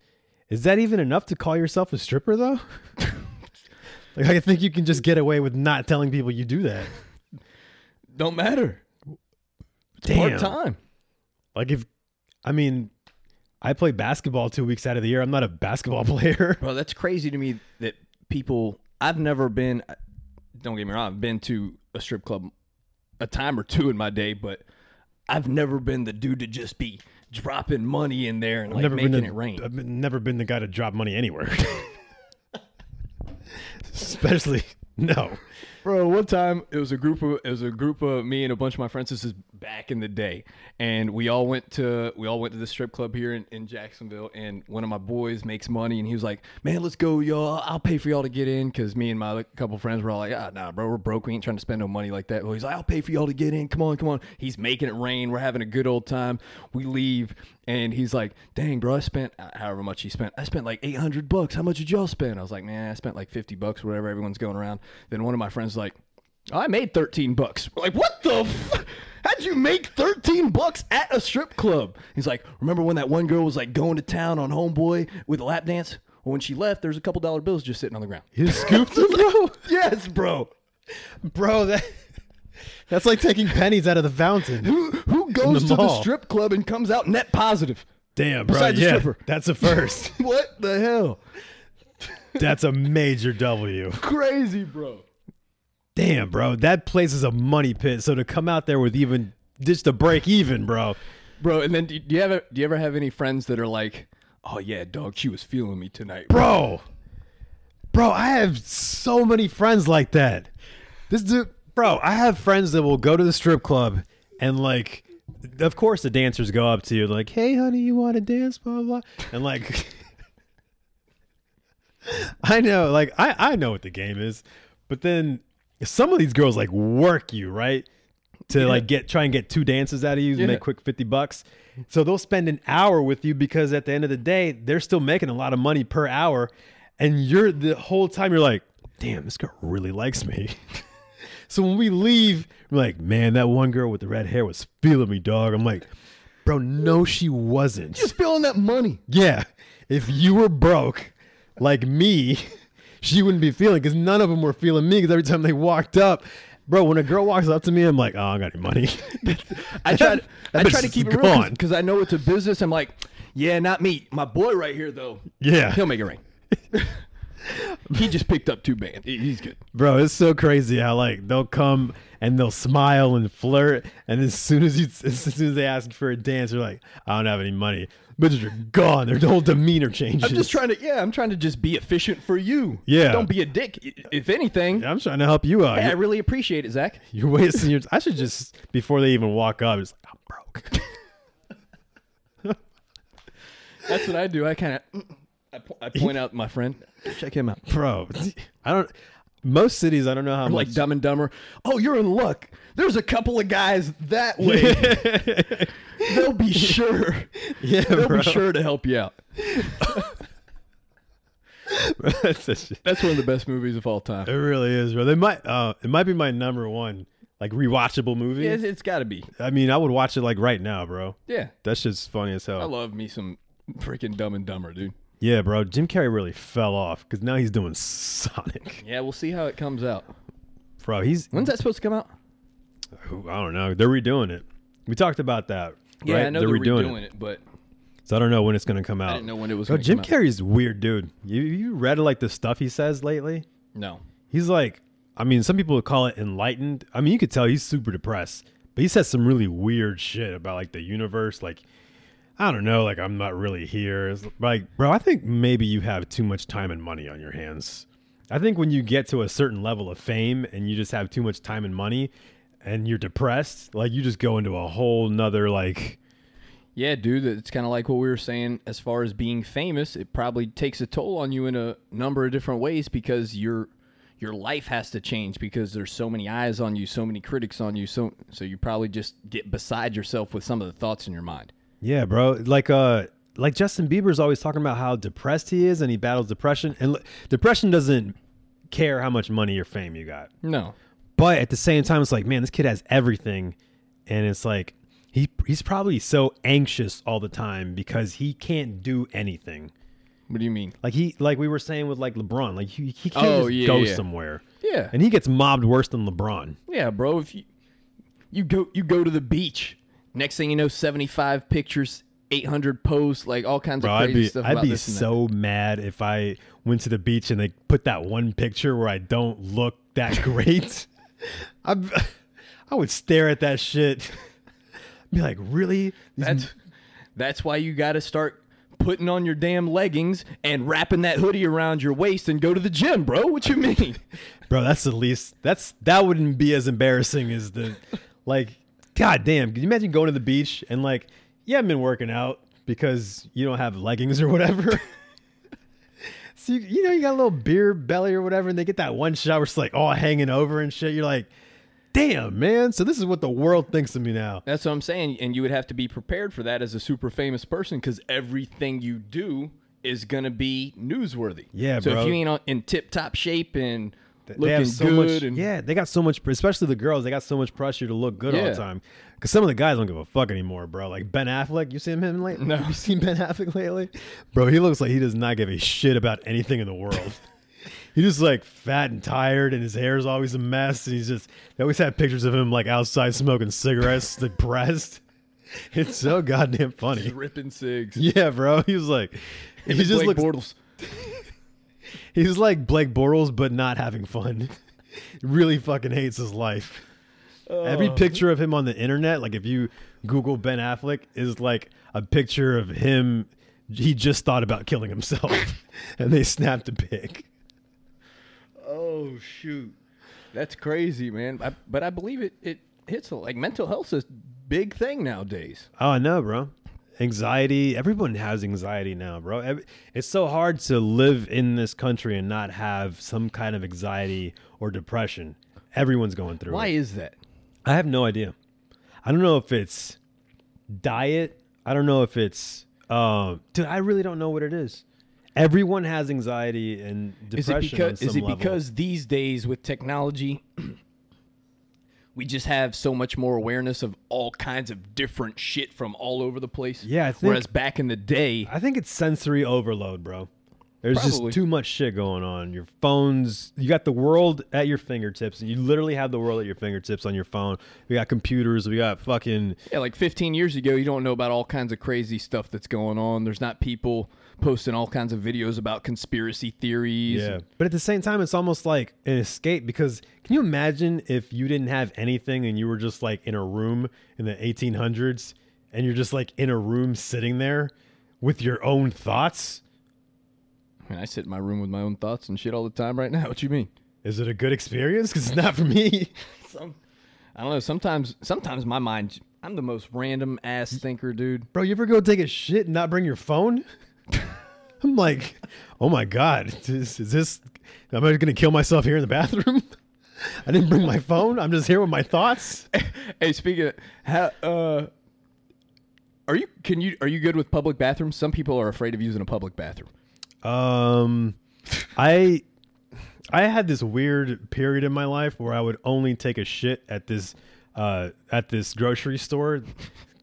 S1: Is that even enough to call yourself a stripper though? [LAUGHS] like I think you can just get away with not telling people you do that.
S2: Don't matter.
S1: Damn.
S2: Part time.
S1: Like if I mean I play basketball 2 weeks out of the year. I'm not a basketball [LAUGHS] player.
S2: Bro, that's crazy to me that people. I've never been. Don't get me wrong. I've been to a strip club a time or two in my day, but I've never been the dude to just be dropping money in there and like
S1: never
S2: making
S1: been the,
S2: it rain.
S1: I've been- never been the guy to drop money anywhere. [LAUGHS] Especially no.
S2: Bro, one time it was a group of it was a group of me and a bunch of my friends. This is back in the day, and we all went to we all went to the strip club here in, in Jacksonville. And one of my boys makes money, and he was like, "Man, let's go, y'all! I'll pay for y'all to get in." Because me and my like, couple friends were all like, "Ah, nah, bro, we're broke. We ain't trying to spend no money like that." Well, he's like, "I'll pay for y'all to get in. Come on, come on." He's making it rain. We're having a good old time. We leave, and he's like, "Dang, bro, I spent however much he spent. I spent like eight hundred bucks. How much did y'all spend?" I was like, "Man, I spent like fifty bucks, or whatever. Everyone's going around." Then one of my friends was like, "I made thirteen bucks." We're like, what the? F- How'd you make thirteen bucks at a strip club? He's like, "Remember when that one girl was like going to town on homeboy with a lap dance? Well, when she left, there's a couple dollar bills just sitting on the ground." [LAUGHS]
S1: You scooped him, bro.
S2: Yes, bro.
S1: [LAUGHS] Bro, that That's like taking pennies out of the fountain.
S2: Who who goes to the
S1: mall.
S2: strip club and comes out net positive? [LAUGHS]
S1: Damn, bro.
S2: Besides the
S1: Yeah,
S2: stripper.
S1: that's a first.
S2: What the hell?
S1: That's a major W.
S2: Crazy, bro.
S1: Damn, bro, that place is a money pit. So to come out there with even just a break even, bro.
S2: Bro, and then do, do you ever do you ever have any friends that are like, "Oh yeah, dog, she was feeling me tonight." Bro,
S1: Bro. Bro, I have so many friends like that. This dude, bro, I have friends that will go to the strip club and like of course the dancers go up to you like, "Hey honey, you want to dance?" blah blah. blah. And like [LAUGHS] I know, like I I know what the game is, but then some of these girls like work you, right? To like get try and get two dances out of you and
S2: Yeah.
S1: make quick 50 bucks. So they'll spend an hour with you because at the end of the day, they're still making a lot of money per hour and you're the whole time you're like, "Damn, this girl really likes me." [LAUGHS] so when we leave, we're like, "Man, that one girl with the red hair was feeling me, dog." I'm like, "Bro, no she wasn't."
S2: just feeling that money.
S1: Yeah. If you were broke like me, [LAUGHS] she wouldn't be feeling because none of them were feeling me because every time they walked up, bro, when a girl walks up to me, I'm like, oh, I got any money.
S2: [LAUGHS] I
S1: [LAUGHS]
S2: [LAUGHS] try to, I
S1: That bitch
S2: try to
S1: is
S2: keep it real
S1: gone.
S2: because I know it's a business. I'm like, yeah, not me. My boy right here though, he'll
S1: yeah.
S2: make it rain. [LAUGHS] he just picked up two band. He- He's good.
S1: Bro, it's so crazy how like they'll come and they'll smile and flirt. And as soon as you, [LAUGHS] as soon as they ask for a dance, they're like, I don't have any money. Bitches are gone. Their whole demeanor changes.
S2: I'm just trying to, yeah, I'm trying to just be efficient for you.
S1: Yeah.
S2: Don't be a dick. I- If anything,
S1: I'm trying to help you out.
S2: hey, I
S1: You're,
S2: really appreciate it, Zach.
S1: you're wasting your. I should just before they even walk up, it's like I'm broke. [LAUGHS]
S2: That's what I do. I kind of, I, po- I [LAUGHS] point out my friend. Check him out.
S1: bro i don't most cities i don't know how
S2: Like
S1: much
S2: Dumb and Dumber. Oh, you're in luck. There's a couple of guys that [LAUGHS] way. They'll be [LAUGHS] sure.
S1: [LAUGHS] yeah
S2: They'll
S1: bro. [LAUGHS]
S2: be sure to help you out.
S1: That's just- it
S2: That's one of the best movies of all time.
S1: really is bro they might uh it might be my number one like rewatchable movie
S2: It's, it's got to be.
S1: i mean i would watch it like right now bro
S2: Yeah.
S1: that shit's funny as
S2: I
S1: hell
S2: love me some freaking Dumb and Dumber, dude.
S1: yeah bro jim carrey really fell off because now he's doing [LAUGHS] sonic
S2: Yeah, we'll see how it comes out.
S1: bro he's
S2: When's that supposed to come out?
S1: i don't know they're redoing it we talked about that
S2: Yeah,
S1: right?
S2: I know they're, redoing, it. but
S1: So I don't know when it's gonna come out.
S2: I didn't know when it was.
S1: Bro,
S2: gonna
S1: Oh, Jim
S2: come out.
S1: Carrey's weird dude. You you read like the stuff he says lately?
S2: No.
S1: He's like, I mean, some people would call it enlightened. I mean, you could tell he's super depressed, but he says some really weird shit about like the universe. Like, I don't know, like I'm not really here. It's like, bro, I think maybe you have too much time and money on your hands. I think when you get to a certain level of fame and you just have too much time and money and you're depressed, like you just go into a whole nother like
S2: Yeah, dude, it's kind of like what we were saying as far as being famous. It probably takes a toll on you in a number of different ways because your your life has to change because there's so many eyes on you, so many critics on you, so so you probably just get beside yourself with some of the thoughts in your mind.
S1: Yeah, bro. Like uh like Justin Bieber's always talking about how depressed he is and he battles depression and l- depression doesn't care how much money or fame you got.
S2: No.
S1: But at the same time it's like, man, this kid has everything and it's like he he's probably so anxious all the time because he can't do anything.
S2: What do you mean?
S1: Like he like we were saying with like LeBron, like he, he can't
S2: Oh,
S1: just
S2: yeah,
S1: go
S2: yeah.
S1: somewhere.
S2: Yeah.
S1: And he gets mobbed worse than LeBron.
S2: Yeah, bro, if you you go you go to the beach, next thing you know 75 pictures, 800 posts, like all kinds
S1: Bro,
S2: of
S1: I'd
S2: crazy
S1: be
S2: stuff
S1: I'd
S2: about
S1: be
S2: this and that.
S1: so mad if I went to the beach and they put that one picture where I don't look
S2: [LAUGHS]
S1: that great. I [LAUGHS] I would stare at that shit. [LAUGHS] Be like, really? These-
S2: That's that's why you got to start putting on your damn leggings and wrapping that hoodie around your waist and go to the gym, bro. What you mean?
S1: bro, that's the least. That's that wouldn't be as embarrassing as the [LAUGHS] like. God damn! Can you imagine going to the beach and like, yeah, I've been working out because you don't have leggings or whatever. [LAUGHS] so you, you know you got a little beer belly or whatever, and they get that one shot where it's like all hanging over and shit. You're like, damn man. So this is what the world thinks of me now.
S2: [LAUGHS] that's what I'm saying, and you would have to be prepared for that as a super famous person because everything you do is gonna be newsworthy.
S1: Yeah,
S2: so
S1: bro.
S2: if you ain't on- in tip top shape and
S1: They
S2: looking
S1: have so
S2: good
S1: much,
S2: [LAUGHS] and
S1: yeah, they got so much, especially the girls. They got so much pressure to look good all
S2: Yeah.
S1: the time. Because some of the guys don't give a fuck anymore, bro. Like Ben Affleck, you seen him lately?
S2: No.
S1: Have you seen Ben Affleck lately? Bro, he looks like he does not give a shit about anything in the
S2: [LAUGHS]
S1: world. he's just like fat and tired, and his hair is always a mess. And he's just they always have pictures of him like outside smoking cigarettes, depressed. [LAUGHS] It's so goddamn
S2: [LAUGHS]
S1: funny.
S2: ripping cigs.
S1: Yeah, bro. He was like, he just
S2: Blake
S1: looks
S2: Bortles.
S1: He's like Blake Bortles, but not having fun. [LAUGHS] really fucking hates his life. Every picture of him on the internet, like if you Google Ben Affleck, is like a picture of him. He just thought about killing himself, [LAUGHS] and they snapped a pic.
S2: Oh shoot, that's crazy, man. I, but I believe it. It hits a, like mental health's a big thing nowadays.
S1: Oh, I know, bro. Anxiety. Everyone has anxiety now, bro. Ev- It's so hard to live in this country and not have some kind of anxiety or depression. Everyone's going through it.
S2: Why is that?
S1: I have no idea. I don't know if it's diet. I don't know if it's um dude, I really don't know what it is. Everyone has anxiety and
S2: Is
S1: depression.
S2: it because
S1: on
S2: is
S1: some
S2: it
S1: level.
S2: because these days with technology [CLEARS THROAT] we just have so much more awareness of all kinds of different shit from all over the place?
S1: Yeah, I think-
S2: Whereas back in the day,
S1: I think it's sensory overload, bro. There's
S2: Probably.
S1: just too much shit going on. Your phones, you got the world at your fingertips, and you literally have the world at your fingertips on your phone. We got computers, we got fucking
S2: yeah, like 15 years ago, you don't know about all kinds of crazy stuff that's going on. There's not people posting all kinds of videos about conspiracy theories.
S1: Yeah. But at the same time, it's almost like an escape because can you imagine if you didn't have anything and you were just like in a room in the 1800s and you're just like in a room sitting there with your own thoughts?
S2: And I sit in my room with my own thoughts and shit all the time right now. [LAUGHS] What you mean?
S1: Is it a good experience? Because it's not for me. [LAUGHS]
S2: Some, I don't know. Sometimes, sometimes my mind, I'm the most random ass thinker, dude.
S1: Bro, you ever go take a shit and not bring your phone? [LAUGHS] I'm like, oh my God, is, is this, am I going to kill myself here in the bathroom? [LAUGHS] I didn't bring my phone. I'm just here with my thoughts.
S2: [LAUGHS] Hey, speaking of how, uh, are you can you are you good with public bathrooms? Some people are afraid of using a public bathroom.
S1: Um, I I had this weird period in my life where I would only take a shit at this uh, at this grocery store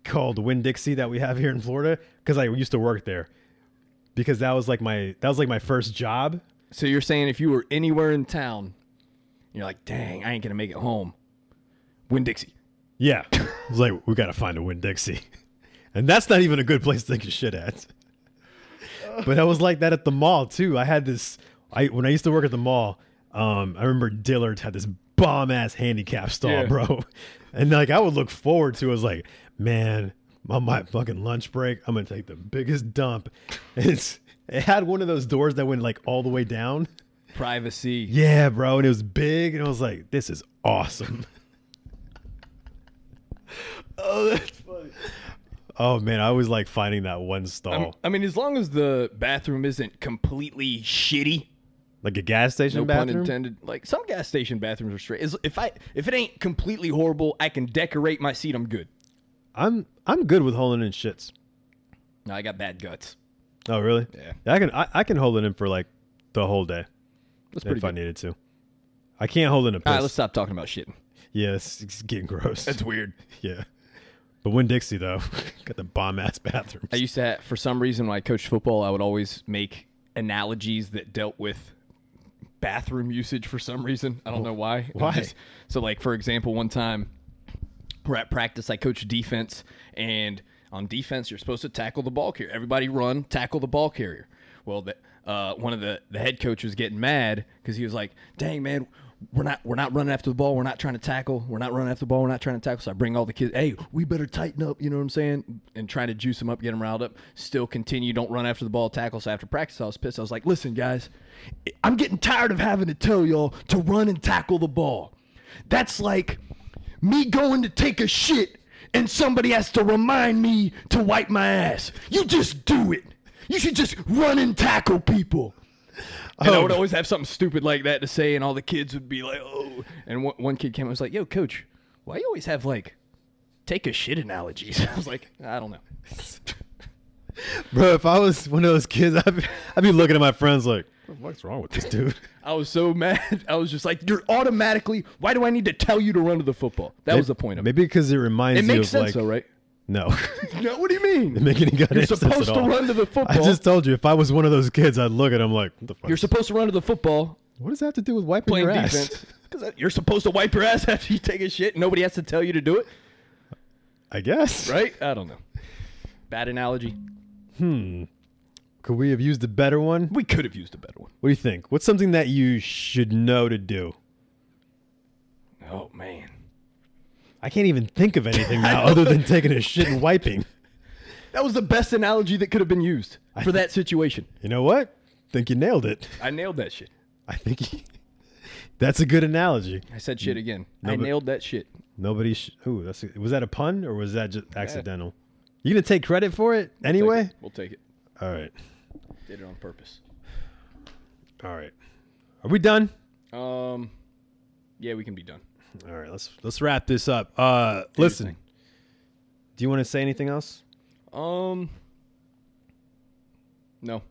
S1: called Winn Dixie that we have here in Florida because I used to work there because that was like my that was like my first job.
S2: So you're saying if you were anywhere in town, you're like, dang, I ain't gonna make it home. Win Dixie.
S1: Yeah, I was like we gotta find a Winn Dixie. [LAUGHS] and that's not even a good place to take a shit at. [LAUGHS] But I was like that at the mall too. I had this. I when I used to work at the mall, um, I remember Dillard's had this bomb ass handicap stall,
S2: Yeah.
S1: bro. [LAUGHS] And like I would look forward to, it, I was like, man, on my fucking lunch break, I'm gonna take the biggest dump. [LAUGHS] It's it had one of those doors that went like all the way down.
S2: Privacy.
S1: Yeah, bro, and it was big, and I was like, this is awesome. [LAUGHS]
S2: Oh, that's funny.
S1: Oh man, I was like finding that one stall,
S2: I mean, as long as the bathroom isn't completely shitty,
S1: like a gas station
S2: no pun
S1: bathroom.
S2: intended. Like some gas station bathrooms are straight. As- If I if it ain't completely horrible, I can decorate my seat. I'm good.
S1: I'm I'm good with holding in shits.
S2: No, I got bad guts.
S1: Oh really?
S2: Yeah.
S1: I can I, I can hold it in for like the whole day
S2: That's pretty
S1: if I
S2: good.
S1: needed to. I can't hold in a
S2: All
S1: piss.
S2: right, let's stop talking about shitting.
S1: yeah, it's, it's getting gross.
S2: weird.
S1: [LAUGHS] yeah. But Win Dixie though, [LAUGHS] got the bomb ass bathrooms.
S2: I used to, have, for some reason, when I coached football, I would always make analogies that dealt with bathroom usage. For some reason, I don't know why. It was
S1: Why?
S2: just- so, like for example, one time we're at practice, I coached defense, and on defense, you're supposed to tackle the ball carrier. Everybody run, tackle the ball carrier. Well, the, uh, one of the the head coach was getting mad because he was like, "Dang man." We're not we're not running after the ball. We're not trying to tackle. We're not running after the ball. We're not trying to tackle. So I bring all the kids. Hey, we better tighten up. You know what I'm saying? And trying to juice them up, get them riled up. Still continue. Don't run after the ball. Tackle. So after practice, I was pissed. I was like, listen, guys, I'm getting tired of having to tell y'all to run and tackle the ball. That's like me going to take a shit and somebody has to remind me to wipe my ass. You just do it. You should just run and tackle people. And I
S1: Oh.
S2: would always have something stupid like that to say, and all the kids would be like, oh. And one, one kid came and was like, yo, coach, why you always have like take a shit analogies? [LAUGHS] I was like, I don't know.
S1: Bro, if I was one of those kids, I'd be, I'd be looking at my friends like, what's wrong with this [LAUGHS] dude?
S2: I was so [LAUGHS] mad. I was just like, you're automatically, why do I need to tell you to run to the football? That was the point of it.
S1: Maybe because it reminds
S2: It
S1: you
S2: makes
S1: of
S2: sense,
S1: like
S2: though, right? [LAUGHS]
S1: no. [LAUGHS]
S2: No, what do you mean?
S1: Make any goddamn
S2: You're
S1: sense
S2: supposed
S1: at
S2: to
S1: all.
S2: run to the
S1: I
S2: football.
S1: just told you, if I was one of those kids, I'd look at him like, what the fuck?
S2: You're supposed to run to the football
S1: what does that have to do with wiping
S2: playing
S1: your ass?
S2: defense. Because you're supposed to wipe your ass [LAUGHS] after you take a shit. and Nobody has to tell you to do it,
S1: [LAUGHS] I guess.
S2: right? I don't know. Bad analogy.
S1: Could we have used a better one?
S2: We could have used a better one.
S1: What do you think? What's something that you should know to do?
S2: Oh man.
S1: I can't even think of anything
S2: [LAUGHS]
S1: now other than taking a shit and wiping.
S2: That was the best analogy that could have been used for that situation.
S1: You know what? Think you nailed it. [LAUGHS]
S2: I nailed that shit.
S1: I think you- [LAUGHS] that's a good analogy.
S2: I said shit again. I
S1: but-
S2: nailed that shit.
S1: Nobody. Sh- Ooh, that's a- was that a pun or was that just accidental? You gonna take credit for it anyway?
S2: We'll take it.
S1: All right,
S2: Did it on purpose.
S1: all right. Are we done?
S2: Um yeah, we can be done.
S1: All right, let's let's wrap this up. Uh, listen,
S2: thing.
S1: do you want to say anything else?
S2: Um No.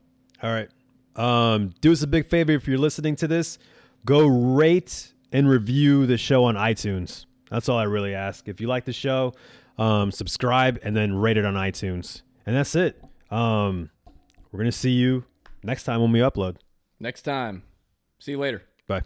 S1: All right. Um, do us a big favor if you're listening to this, go rate and review the show on iTunes. That's all I really ask. If you like the show, um, subscribe and then rate it on iTunes. And that's it. Um, we're gonna see you next time when we upload.
S2: Next time. See you later.
S1: Bye.